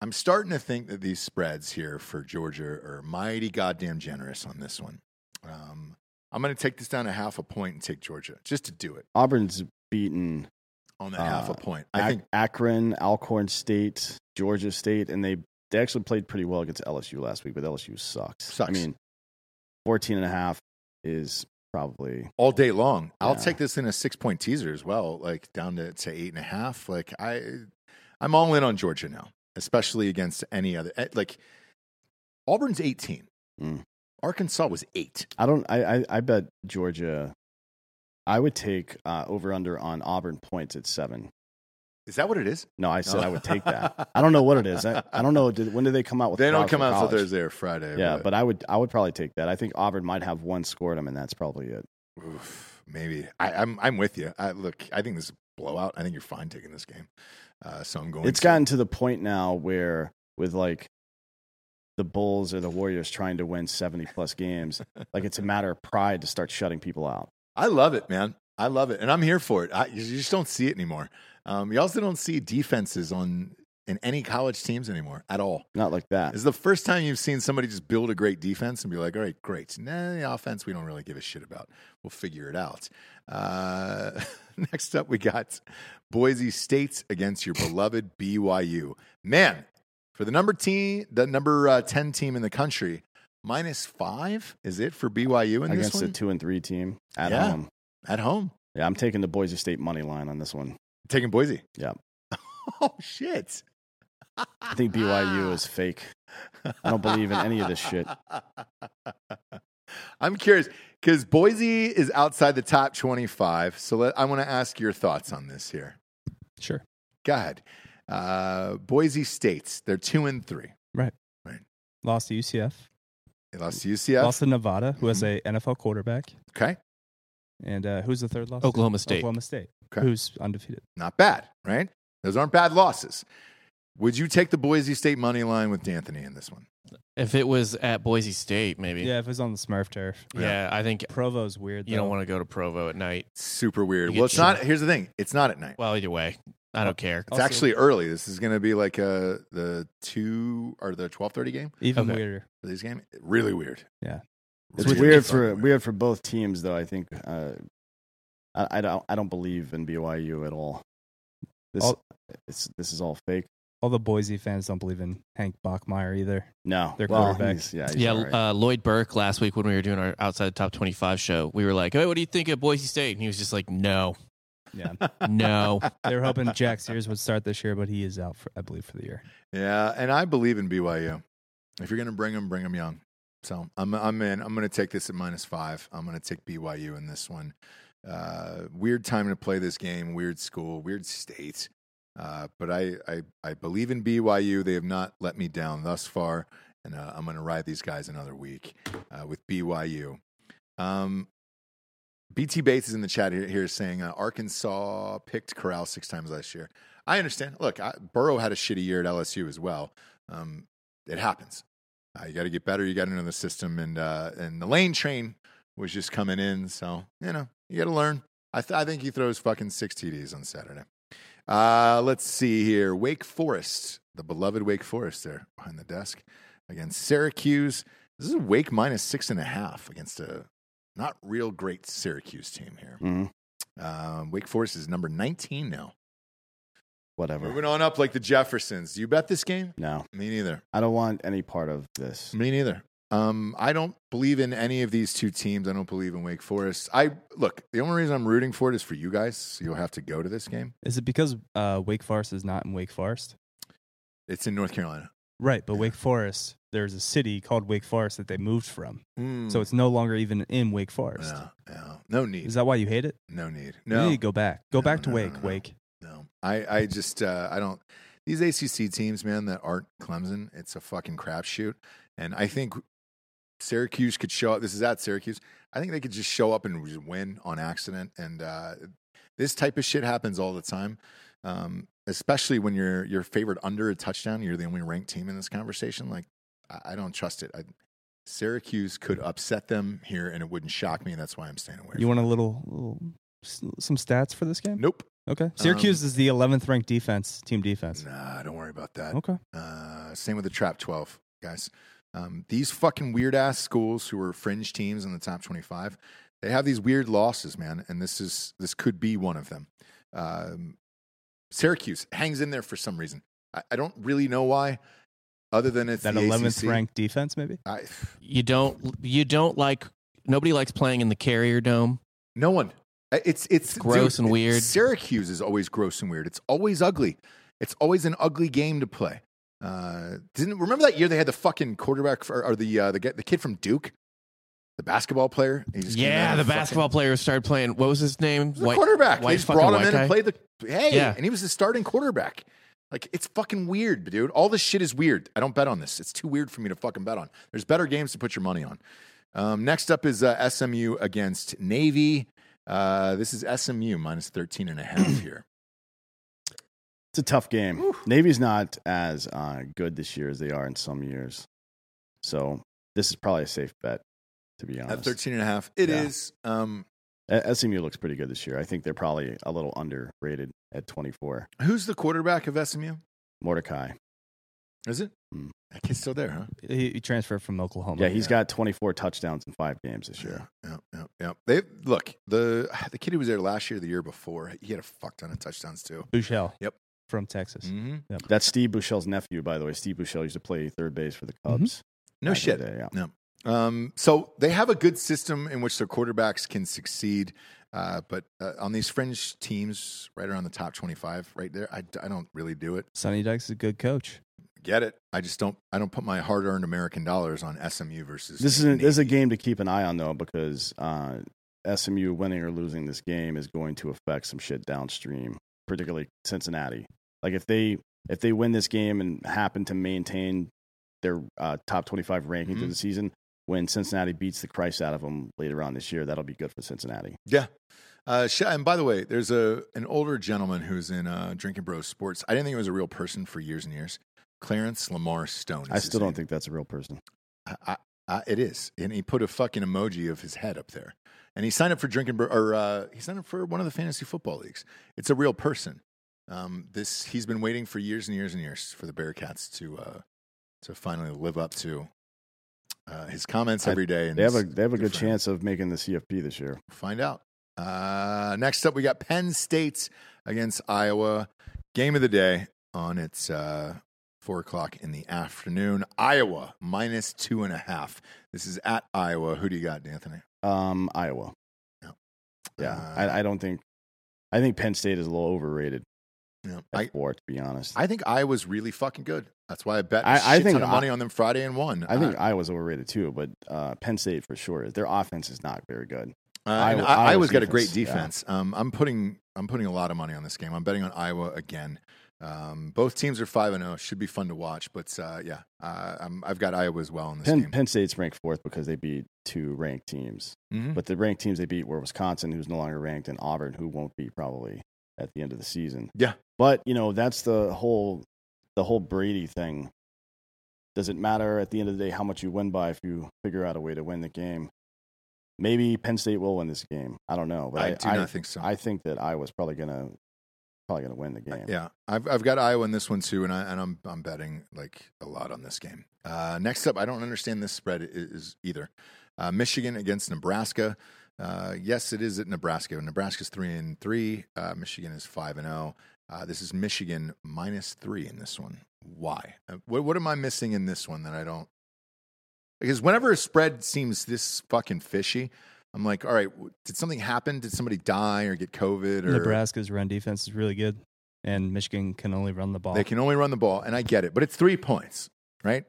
I'm starting to think that these spreads here for Georgia are mighty goddamn generous on this one. Um, I'm going to take this down a half a point and take Georgia just to do it Auburn's beaten on that half a Uh, point. Ac- I think Akron, Alcorn State, Georgia State, and they they actually played pretty well against LSU last week, but LSU sucks. Sucks. I mean, 14 and a half is probably all day long. I'll Yeah. take this in a six point teaser as well, like down to, to eight and a half. Like I, I'm all in on Georgia now, especially against any other. eh, Like Auburn's 18, Mm. Arkansas was eight. I don't. I I, I bet Georgia. I would take uh, over under on Auburn points at seven. Is that what it is? No, I said I would take that. I don't know what it is. I, I don't know. Did, when do they come out with? they don't props come for out until college? Thursday or Friday. Yeah, but I would. I would probably take that. I think Auburn might have one score at them, and that's probably it. oof, maybe I, I'm I'm with you. I, look, I think this is a blowout. I think you're fine taking this game. Uh, so I'm going. It's to- gotten to the point now where with like the Bulls or the Warriors trying to win seventy plus games, like it's a matter of pride to start shutting people out. I love it, man. I love it, and I'm here for it. I, you just don't see it anymore. Um, you also don't see defenses on in any college teams anymore at all. Not like that. It's the first time you've seen somebody just build a great defense and be like, all right, great. Nah, the offense, we don't really give a shit about. We'll figure it out. Uh, next up, we got Boise State against your beloved BYU. Man, for the number team, the number uh, 10 team in the country, minus five is it for BYU in Against this a one? two and three team at Yeah. home. at home. Yeah, I'm taking the Boise State money line on this one. Taking Boise. Yep. oh, shit. I think Ah. BYU is fake. I don't believe in any of this shit. I'm curious because Boise is outside the top 25. So let, I want to ask your thoughts on this here. Sure. Go ahead. Uh, Boise States, they're two and three. Lost to UCF. They lost to UCF. Lost to Nevada, who has a NFL quarterback. Okay. And uh, who's the third loss? Oklahoma State. Oklahoma State. Okay. Who's undefeated. Not bad, right? Those aren't bad losses. Would you take the Boise State money line with D'Anthony in this one? If it was at Boise State, maybe. Yeah, if it's on the Smurf turf. Yeah, I think Provo's weird. you don't though. want to go to Provo at night. Super weird. You Well, get it's not. shot. Here's the thing it's not at night. Well, either way, I don't care. It's Also- actually early. This is going to be like uh the two or the twelve thirty game Even Okay. weirder. for this game. Really weird. Yeah. It's Really weird fucking for weird for both teams though. I think uh, I, I don't I don't believe in BYU at all. This All- it's, this is all fake. All the Boise fans don't believe in Hank Bachmeyer either. No, Their well, quarterback. he's- yeah, he's Yeah, all right. uh, Lloyd Burke last week when we were doing our outside the top twenty-five show, we were like, "Hey, what do you think of Boise State?" And he was just like, "No, Yeah. no." they were hoping Jack Sears would start this year, but he is out, for, I believe, for the year. Yeah, and I believe in BYU. If you're going to bring them, bring them young. So I'm I'm in. I'm going to take this at minus five. I'm going to take BYU in this one. Uh, weird time to play this game. Weird school. Weird state. Uh, but I, I I believe in BYU. They have not let me down thus far, and uh, I'm going to ride these guys another week uh, with BYU. Um, BT Bates is in the chat here, here saying uh, Arkansas picked Corral six times last year. I understand. Look, I, Burrow had a shitty year at LSU as well. Um, it happens. Uh, you got to get better. You got to know the system, and uh, and the lane train was just coming in. So you know you got to learn. I th- I think he throws fucking six TDs on Saturday. Uh, let's see here. Wake Forest, the beloved Wake Forest, there behind the desk against Syracuse. This is Wake minus six and a half against a not real great Syracuse team here. Mhm. Um, Wake Forest is number 19 now. whatever. Moving on up like the Jeffersons. You bet this game? No, Me neither. I don't want any part of this. Me neither. Um, I don't believe in any of these two teams. I don't believe in Wake Forest. I look. The only reason I'm rooting for it is for you guys. So you'll have to go to this game. Is it because uh, Wake Forest is not in Wake Forest? It's in North Carolina. Right, but Yeah. Wake Forest there's a city called Wake Forest that they moved from, Mm. so it's no longer even in Wake Forest. yeah, yeah. no need, Is that why you hate it? no need, You no, need to go back. Go No, back to no, no, Wake. no. Wake. no. I, I just, uh, I don't. These ACC teams, man, that aren't Clemson, it's a fucking crapshoot. And I think Syracuse could show up. This is at Syracuse. I think they could just show up and just win on accident. And uh, this type of shit happens all the time. Um, especially when you're you're favored under a touchdown, you're the only ranked team in this conversation. Like, I, I don't trust it. I, Syracuse could upset them here, and it wouldn't shock me. And that's why I'm staying away. You from want a little, little s- some stats for this it. game? Nope. Um, Okay. Syracuse is the 11th ranked defense, team defense. Nah, don't worry about that. Okay. Uh, same with the Trap 12, guys. Um, these fucking weird ass schools who are fringe teams in the top 25, they have these weird losses, man. And this is this could be one of them. Um, Syracuse hangs in there for some reason. I, I don't really know why, other than it's That the 11th ACC. ranked defense, maybe? I, You don't you don't like nobody likes playing in the Carrier Dome. no one. I- It's it's Gross dude, and it- weird. Syracuse is always gross and weird. It's always ugly. It's always an ugly game to play. Uh, didn't remember that year they had the fucking quarterback for, or the uh, the guy- the kid from Duke, the basketball player. He just came out Yeah, and the fucking- basketball player started playing. What was his name? He was a quarterback. white They just fucking brought him white in guy. and played the hey, Yeah. and he was the starting quarterback. Like it's fucking weird, dude. All this shit is weird. I don't bet on this. It's too weird for me to fucking bet on. There's better games to put your money on. Um, next up is uh, SMU against Navy. Uh, this is SMU minus 13 and a half here. It's a tough game. Navy's not as uh, good this year as they are in some years. So this is probably a safe bet, to be honest. At 13 and a half, it is. Yeah. Um, A- SMU looks pretty good this year. I think they're probably a little underrated at 24. who's the quarterback of SMU? Mordecai. Is it? Hmm. That kid's still there, huh? He, he transferred from Oklahoma. Yeah, he's Oh, yeah. got 24 touchdowns in five games this year. Yeah, yeah, yeah. They look the the kid who was there last year, the year before. He had a fuck ton of touchdowns too. Bouchel. Yep. From Texas. Mm-hmm. That's Steve Bouchel's nephew, by the way. Steve Bouchel used to play third base for the Cubs. Mm-hmm. No back in the shit. day, yeah. Um, so they have a good system in which their quarterbacks can succeed, uh, but uh, on these fringe teams, right around the top twenty-five, right there, I, I don't really do it. Sonny Dykes is a good coach. Get it? I just don't. I don't put my hard-earned American dollars on SMU versus. E. This is, a, this is a Navy. game to keep an eye on, though, because uh, SMU winning or losing this game is going to affect some shit downstream, particularly Cincinnati. Like if they if they win this game and happen to maintain their uh, top twenty five ranking through Mhm. the season, when Cincinnati beats the Christ out of them later on this year, that'll be good for Cincinnati. Yeah. Uh, sh- and by the way, there's a an older gentleman who's in uh, Drinking Bros Sports. I didn't think he was a real person for years and years. Clarence Lamar Stone. is I his still don't name. think that's a real person. I, I, I, it is, and he put a fucking emoji of his head up there, and he signed up for drinking Bro- or uh, he signed up for one of the fantasy football leagues. It's a real person. Um, this he's been waiting for years and years and years for the Bearcats to uh, to finally live up to uh, his comments I- every day. And They have a his- they have a good for him. chance of making the CFP this year. Find out. Uh, next up, we got Penn State against Iowa. Game of the day on its uh, four o'clock in the afternoon. Iowa minus two and a half. This is at Iowa. Who do you got, Anthony? Um, Iowa. Yep. Yeah, Uh, I, I don't think. I think Penn State is a little overrated Yeah, at I, four, to be honest. I think Iowa's really fucking good. That's why I bet a I- I shit think ton of I- money on them Friday and won. I think Uh, Iowa's overrated too, but uh, Penn State for sure. Their offense is not very good. Uh, and Iowa- I, Iowa's Iowa's got a great defense, yeah. defense. Um, I'm putting I'm putting a lot of money on this game. I'm betting on Iowa again. Um, both teams are five and zero. Should be fun to watch. But uh, yeah, uh, I'm, I've got Iowa as well in this Penn, game. Penn State's ranked fourth because they beat two ranked teams, Mhm. but the ranked teams they beat were Wisconsin, who's no longer ranked, and Auburn, who won't be probably at the end of the season. Yeah. but you know that's the whole the whole Brady thing. Does it matter at the end of the day how much you win by if you figure out a way to win the game? Maybe Penn State will win this game. I don't know, but I, I, do I, not think so. I think that Iowa's probably gonna probably gonna win the game. Uh, Yeah, I've I've got Iowa in this one too, and I and I'm I'm betting like a lot on this game. Uh, next up, I don't understand this spread i- is either. Uh, Michigan against Nebraska. Uh, yes, it is at Nebraska. Nebraska's three and three. Uh, Michigan is five and zero. Uh, this is Michigan minus three in this one. Why? Uh, What what am I missing in this one that I don't? Because whenever a spread seems this fucking fishy, I'm like, all right, w- did something happen? Did somebody die or get COVID? Or Nebraska's run defense is really good, and Michigan can only run the ball. They can only run the ball, and I get it, but it's three points, right?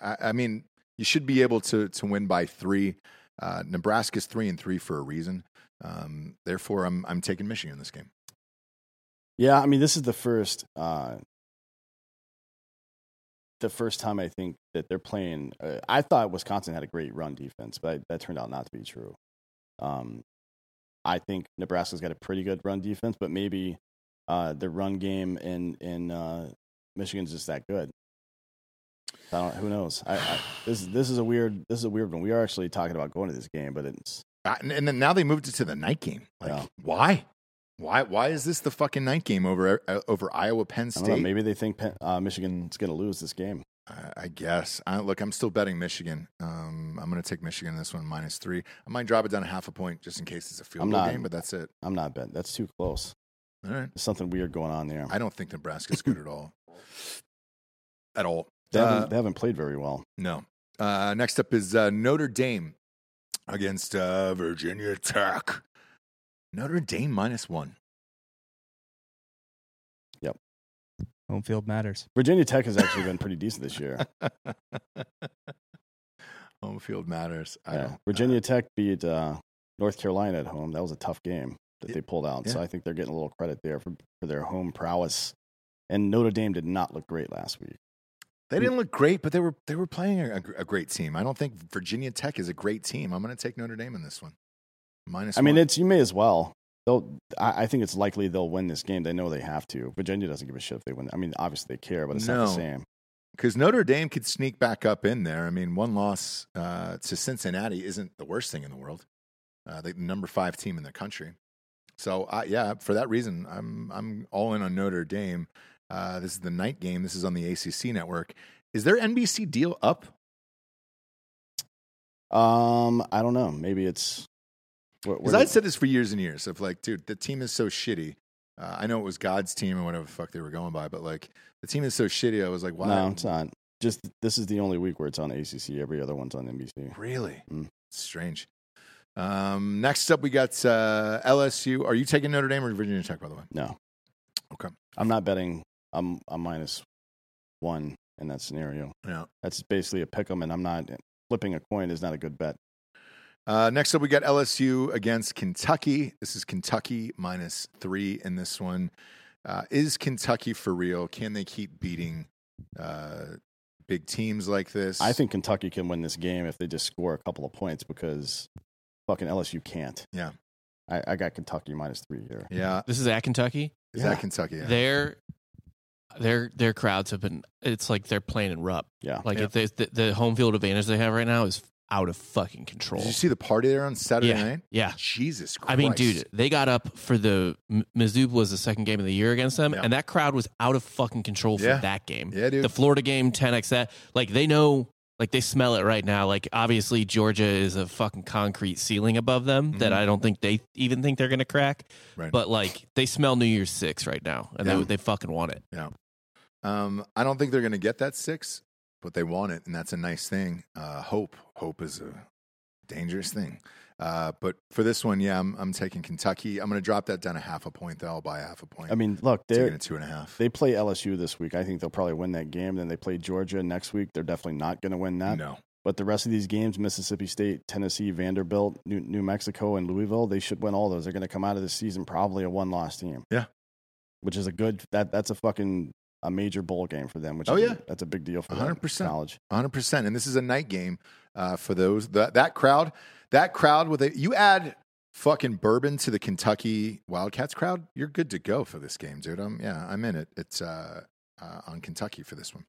I, I mean, you should be able to to win by three. Uh, Nebraska's three and three for a reason. Um, therefore, I'm I'm taking Michigan in this game. Yeah, I mean, this is the first uh, the first time I think that they're playing. Uh, I thought Wisconsin had a great run defense, but I, that turned out not to be true. Um, I think Nebraska's got a pretty good run defense, but maybe uh, the run game in in uh, Michigan's just that good. I don't, who knows? I, I, this this is a weird this is a weird one. We are actually talking about going to this game, but it's Uh, and, and then now they moved it to the night game. Like, Yeah. why? Why? Why is this the fucking night game over uh, over Iowa Penn I State? don't know. Maybe they think Penn, uh, Michigan's going to lose this game. I, I guess. I, look, I'm still betting Michigan. Um, I'm going to take Michigan in this one minus three. I might drop it down a half a point just in case it's a field I'm goal not- game, but that's it. I'm not betting. That's too close. All right. There's something weird going on there. I don't think Nebraska's good at all. At all. They, Uh, haven't, they haven't played very well. no. Uh, next up is uh, Notre Dame against uh, Virginia Tech. Notre Dame minus one. Home field matters. Virginia Tech has actually been pretty decent this year. Home field matters. I Yeah. don't. uh, Virginia Tech beat uh, North Carolina at home. That was a tough game that Yeah. they pulled out. So Yeah. I think they're getting a little credit there for, for their home prowess. And Notre Dame did not look great last week. They didn't look great, but they were they were playing a, a great team. I don't think Virginia Tech is a great team. I'm going to take Notre Dame in this one. Minus. I mean, one. it's you may as well. They'll. I, I think it's likely they'll win this game. They know they have to. Virginia doesn't give a shit if they win. I mean, obviously they care, but it's not No. the same. because Notre Dame could sneak back up in there. I mean, one loss uh, to Cincinnati isn't the worst thing in the world. Uh, they're the number five team in the country. So uh, yeah, for that reason, I'm I'm all in on Notre Dame. Uh, this is the night game. This is on the ACC network. Is their NBC deal up? Um, I don't know. Maybe it's. where- where Because did- I'd said this for years and years of like, dude, the team is so shitty. Uh, I know it was God's team or whatever the fuck they were going by, but like the team is so shitty. I was like, wow, No, it's not. Just this is the only week where it's on ACC. Every other one's on NBC. Really? Mm. It's strange. Um, next up, we got uh, LSU. Are you taking Notre Dame or Virginia Tech, by the way? No. Okay. I'm not betting. I'm a minus one in that scenario. No. That's basically a pick 'em, and I'm not eh, flipping a coin is not a good bet. Uh, next up, we got LSU against Kentucky. This is Kentucky minus three in this one. Uh, is Kentucky for real? Can they keep beating uh, big teams like this? I think Kentucky can win this game if they just score a couple of points because fucking LSU can't. Yeah. I, I got Kentucky minus three here. Yeah. This is at Kentucky. Is Yeah. that Kentucky? Yeah. Their their their crowds have been. It's like they're playing in Rupp. Yeah. Like Yeah. if they, the the home field advantage they have right now is out of fucking control. Did you see the party there on Saturday Yeah. night? Yeah. Jesus Christ. I mean, dude, they got up for the M- Mizzou was the second game of the year against them, Yeah. and that crowd was out of fucking control for Yeah. that game. Yeah, dude. The Florida game, 10x that. Like they know, like they smell it right now. Like obviously Georgia is a fucking concrete ceiling above them that Mhm. I don't think they even think they're gonna crack. Right. But like they smell New Year's six right now, and Yeah. they they fucking want it. Um, I don't think they're going to get that six, but they want it, and that's a nice thing. Uh, hope, hope is a dangerous thing. Uh, but for this one, yeah, I'm, I'm taking Kentucky. I'm going to drop that down a half a point. Though I'll buy a half a point. I mean, look, taking they a two and a half. they play LSU this week. I think they'll probably win that game. Then they play Georgia next week. They're definitely not going to win that. no, But the rest of these games, Mississippi State, Tennessee, Vanderbilt, New, New Mexico, and Louisville, they should win all those. They're going to come out of this season probably a one loss team. Yeah. Which is a good, that that's a fucking, a major bowl game for them, which Oh, is a- yeah. that's a big deal for 100%. them. College. 100. percent And this is a night game uh, for those that that crowd. That crowd with a you add fucking bourbon to the Kentucky Wildcats crowd, you're good to go for this game, dude. I'm yeah, I'm in it. It's uh, uh, on Kentucky for this one.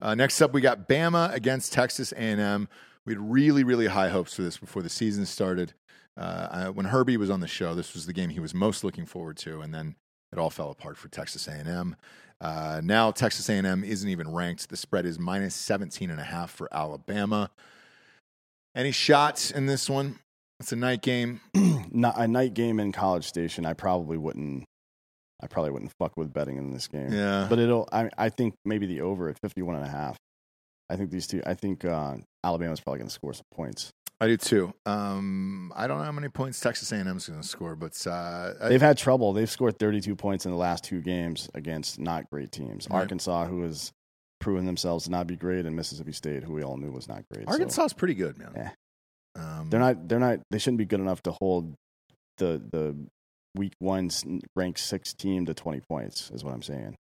Uh, next up, we got Bama against Texas A&M. We had really, really high hopes for this before the season started. Uh, I, when Herbie was on the show, this was the game he was most looking forward to, and then it all fell apart for Texas A&M. Uh, now Texas A&M isn't even ranked. The spread is minus 17 and a half for Alabama. Any shots in this one? It's a night game. Not, a night game in College Station, I probably wouldn't, I probably wouldn't fuck with betting in this game. Yeah. But it'll, I, I think maybe the over at 51 and a half. I think these two, I think uh, Alabama's probably going to score some points. I do too. Um, I don't know how many points Texas A&M is going to score, but uh, I- They've had trouble. They've scored 32 points in the last two games against not great teams. Right. Arkansas, who is proven themselves to not be great, and Mississippi State, who we all knew was not great. So Arkansas's pretty good, man. Yeah. Um, they're not. They're not. They shouldn't be good enough to hold the the week one's ranked six team to twenty points. Is what I'm saying.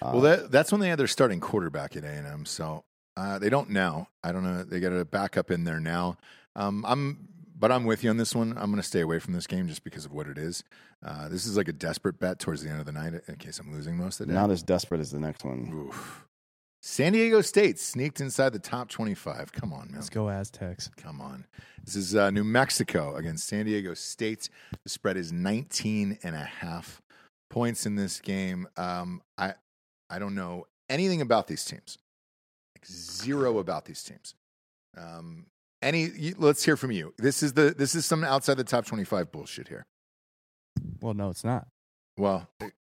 Uh, Well, that, that's when they had their starting quarterback at A and M. So uh, they don't now. I don't know. They got a backup in there now. Um, I'm, but I'm with you on this one. I'm going to stay away from this game just because of what it is. Uh, this is like a desperate bet towards the end of the night in case I'm losing most of the day. not as desperate as the next one. Oof. San Diego State sneaked inside the top 25. Come on, man. Let's go Aztecs. Come on. This is uh, New Mexico against San Diego State. The spread is 19 and a half points in this game. Um, I, I don't know anything about these teams, like zero about these teams. Um, any, you, let's hear from you. This is the, this is some outside the top 25 bullshit here. Well, no, it's not. Well, it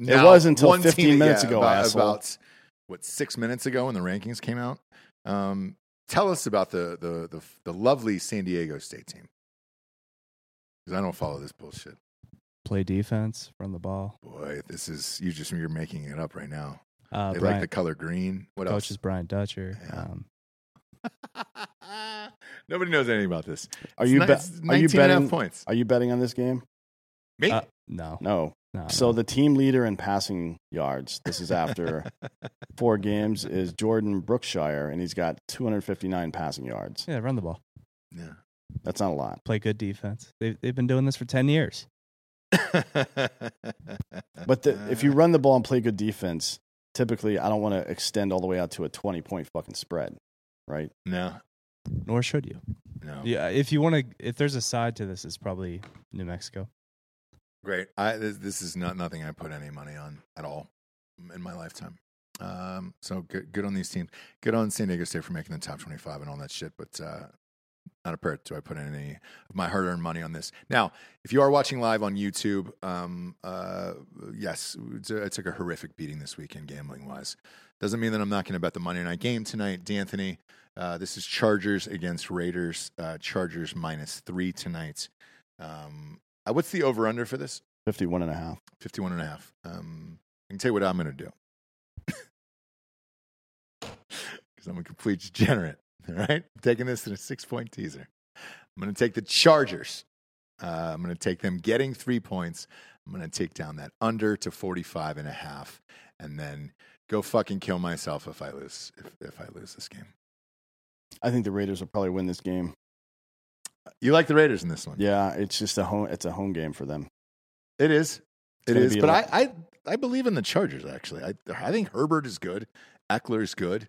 was until one 15 team- minutes yeah, ago, about, asshole. about, what six minutes ago when the rankings came out. Um, tell us about the the the, the lovely San Diego State team because I don't follow this bullshit. Play defense, run the ball. Boy, this is you just you're making it up right now. Uh, they Brian, like the color green. What coach else? is Brian Dutcher. Yeah. Um, Nobody knows anything about this. Are It's you ni- bet- it's are 19 you and a half betting? points? Are you betting on this game? Me? uh, no, No. no. So no. the team leader in passing yards, this is after four games, is Jordan Brookshire, and he's got 259 passing yards. yeah, run the ball. yeah. That's not a lot. Play good defense. They've they've been doing this for ten years. But the, if Uh. you run the ball and play good defense, typically I don't want to extend all the way out to a 20 point fucking spread, right? no, Nor should you. no, Yeah, if you want to, if there's a side to this, it's probably New Mexico. Great. I this, this is not nothing I put any money on at all in my lifetime. Um, so good, good on these teams. Good on San Diego State for making the top twenty-five and all that shit. But uh, not a prayer do I put any of my hard-earned money on this. Now, if you are watching live on YouTube, um, uh, yes, it's a- I took a horrific beating this weekend, gambling-wise. Doesn't mean that I'm not going to bet the Monday night game tonight, D'Anthony. Uh, this is Chargers against Raiders. Uh, Chargers minus three tonight. Um, uh, what's the over/under for this? 51 and a half. 51 and a half. Um, I can tell you what I'm going to do. Because I'm a complete degenerate. All right. I'm taking this in a six point teaser. I'm going to take the Chargers. Uh, I'm going to take them getting three points. I'm going to take down that under to 45 and a half and then go fucking kill myself if I lose, if, if I lose this game. I think the Raiders will probably win this game. You like the Raiders in this one? Yeah, it's just a home. It's a home game for them. It is. It gonna is. be But like- I, I I believe in the Chargers actually. I I think Herbert is good. Eckler is good.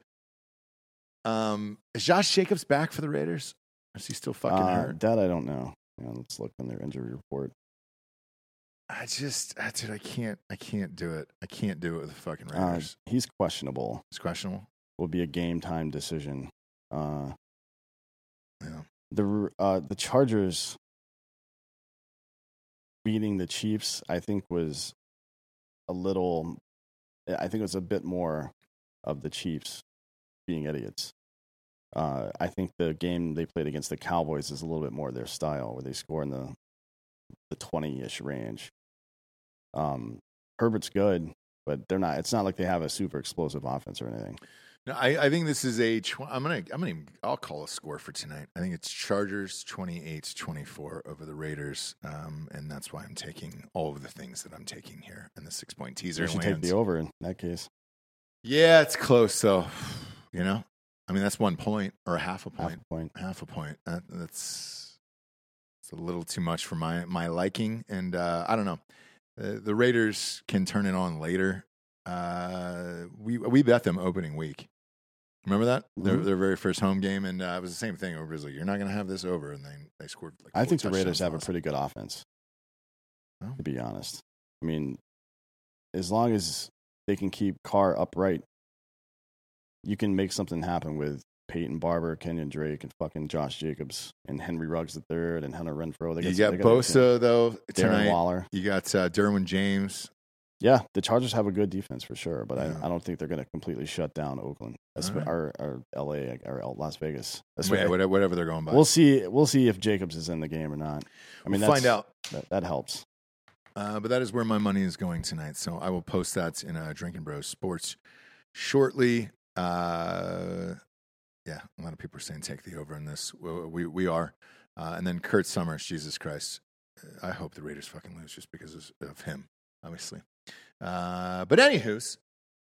Um, is Josh Jacobs back for the Raiders? Is he still fucking Uh, hurt? that I don't know. Yeah, let's look on their injury report. I just, I, dude, I can't, I can't do it. I can't do it with the fucking Uh, Raiders. he's questionable. it's questionable. Will be a game time decision. Uh, Yeah. the uh, the Chargers beating the Chiefs, I think, was a little. eh, I think it was a bit more of the Chiefs being idiots. Uh, I think the game they played against the Cowboys is a little bit more their style, where they score in the the twenty ish range. Um, Herbert's good, but they're not. It's not like they have a super explosive offense or anything. No, I, I think this is a. Tw- I'm gonna. I'm gonna. Even, I'll call a score for tonight. I think it's Chargers 28-24 over the Raiders, um, and that's why I'm taking all of the things that I'm taking here in the six point teaser. They should lands. take the over in that case. Yeah, it's close though. You know, I mean that's one point or a half a Half point, a point. half a point. That, that's it's a little too much for my my liking, and uh, I don't know. Uh, The, the Raiders can turn it on later. Uh, we we bet them opening week. Remember that their Mhm. their very first home game, and uh, it was the same thing. Everybody was like, "You're not going to have this over," and they they scored. Like I four think the touchdowns Raiders have a last- pretty good offense. Oh. To be honest, I mean, as long as they can keep Carr upright, you can make something happen with Peyton Barber, Kenyon Drake, and fucking Josh Jacobs and Henry Ruggs the third and Hunter Renfro. They You got some- they Bosa though Darren tonight. Waller. You got uh, Derwin James. Yeah, the Chargers have a good defense for sure, but Yeah. I, I don't think they're going to completely shut down Oakland espe- All right. or, or L.A. or Las Vegas. Espe- Yeah, whatever whatever they're going by. We'll see. We'll see if Jacobs is in the game or not. I mean, We'll find that's- out. That, that helps. Uh, but that uh, is where my money is going tonight. So I will post that in a Drinking Bros Sports shortly. Uh, yeah, a lot of people are saying take the over in this. We we, we are, uh, and then Kurt Summers, Jesus Christ, Uh, I hope the Raiders fucking lose just because of, of him, obviously. Uh, but anywho's,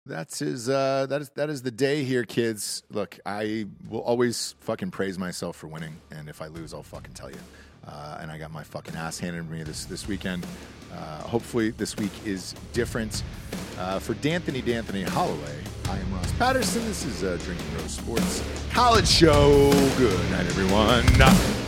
that's his. Uh, that is that is the day here, kids. Look, I will always fucking praise myself for winning, and if I lose, I'll fucking tell you. Uh, and I got my fucking ass handed to me this this weekend. Uh, hopefully, this week is different. Uh, for D'Anthony D'Anthony Holloway, I am Ross Patterson. This is uh, Drinking Rose Sports College Show. Good night, everyone.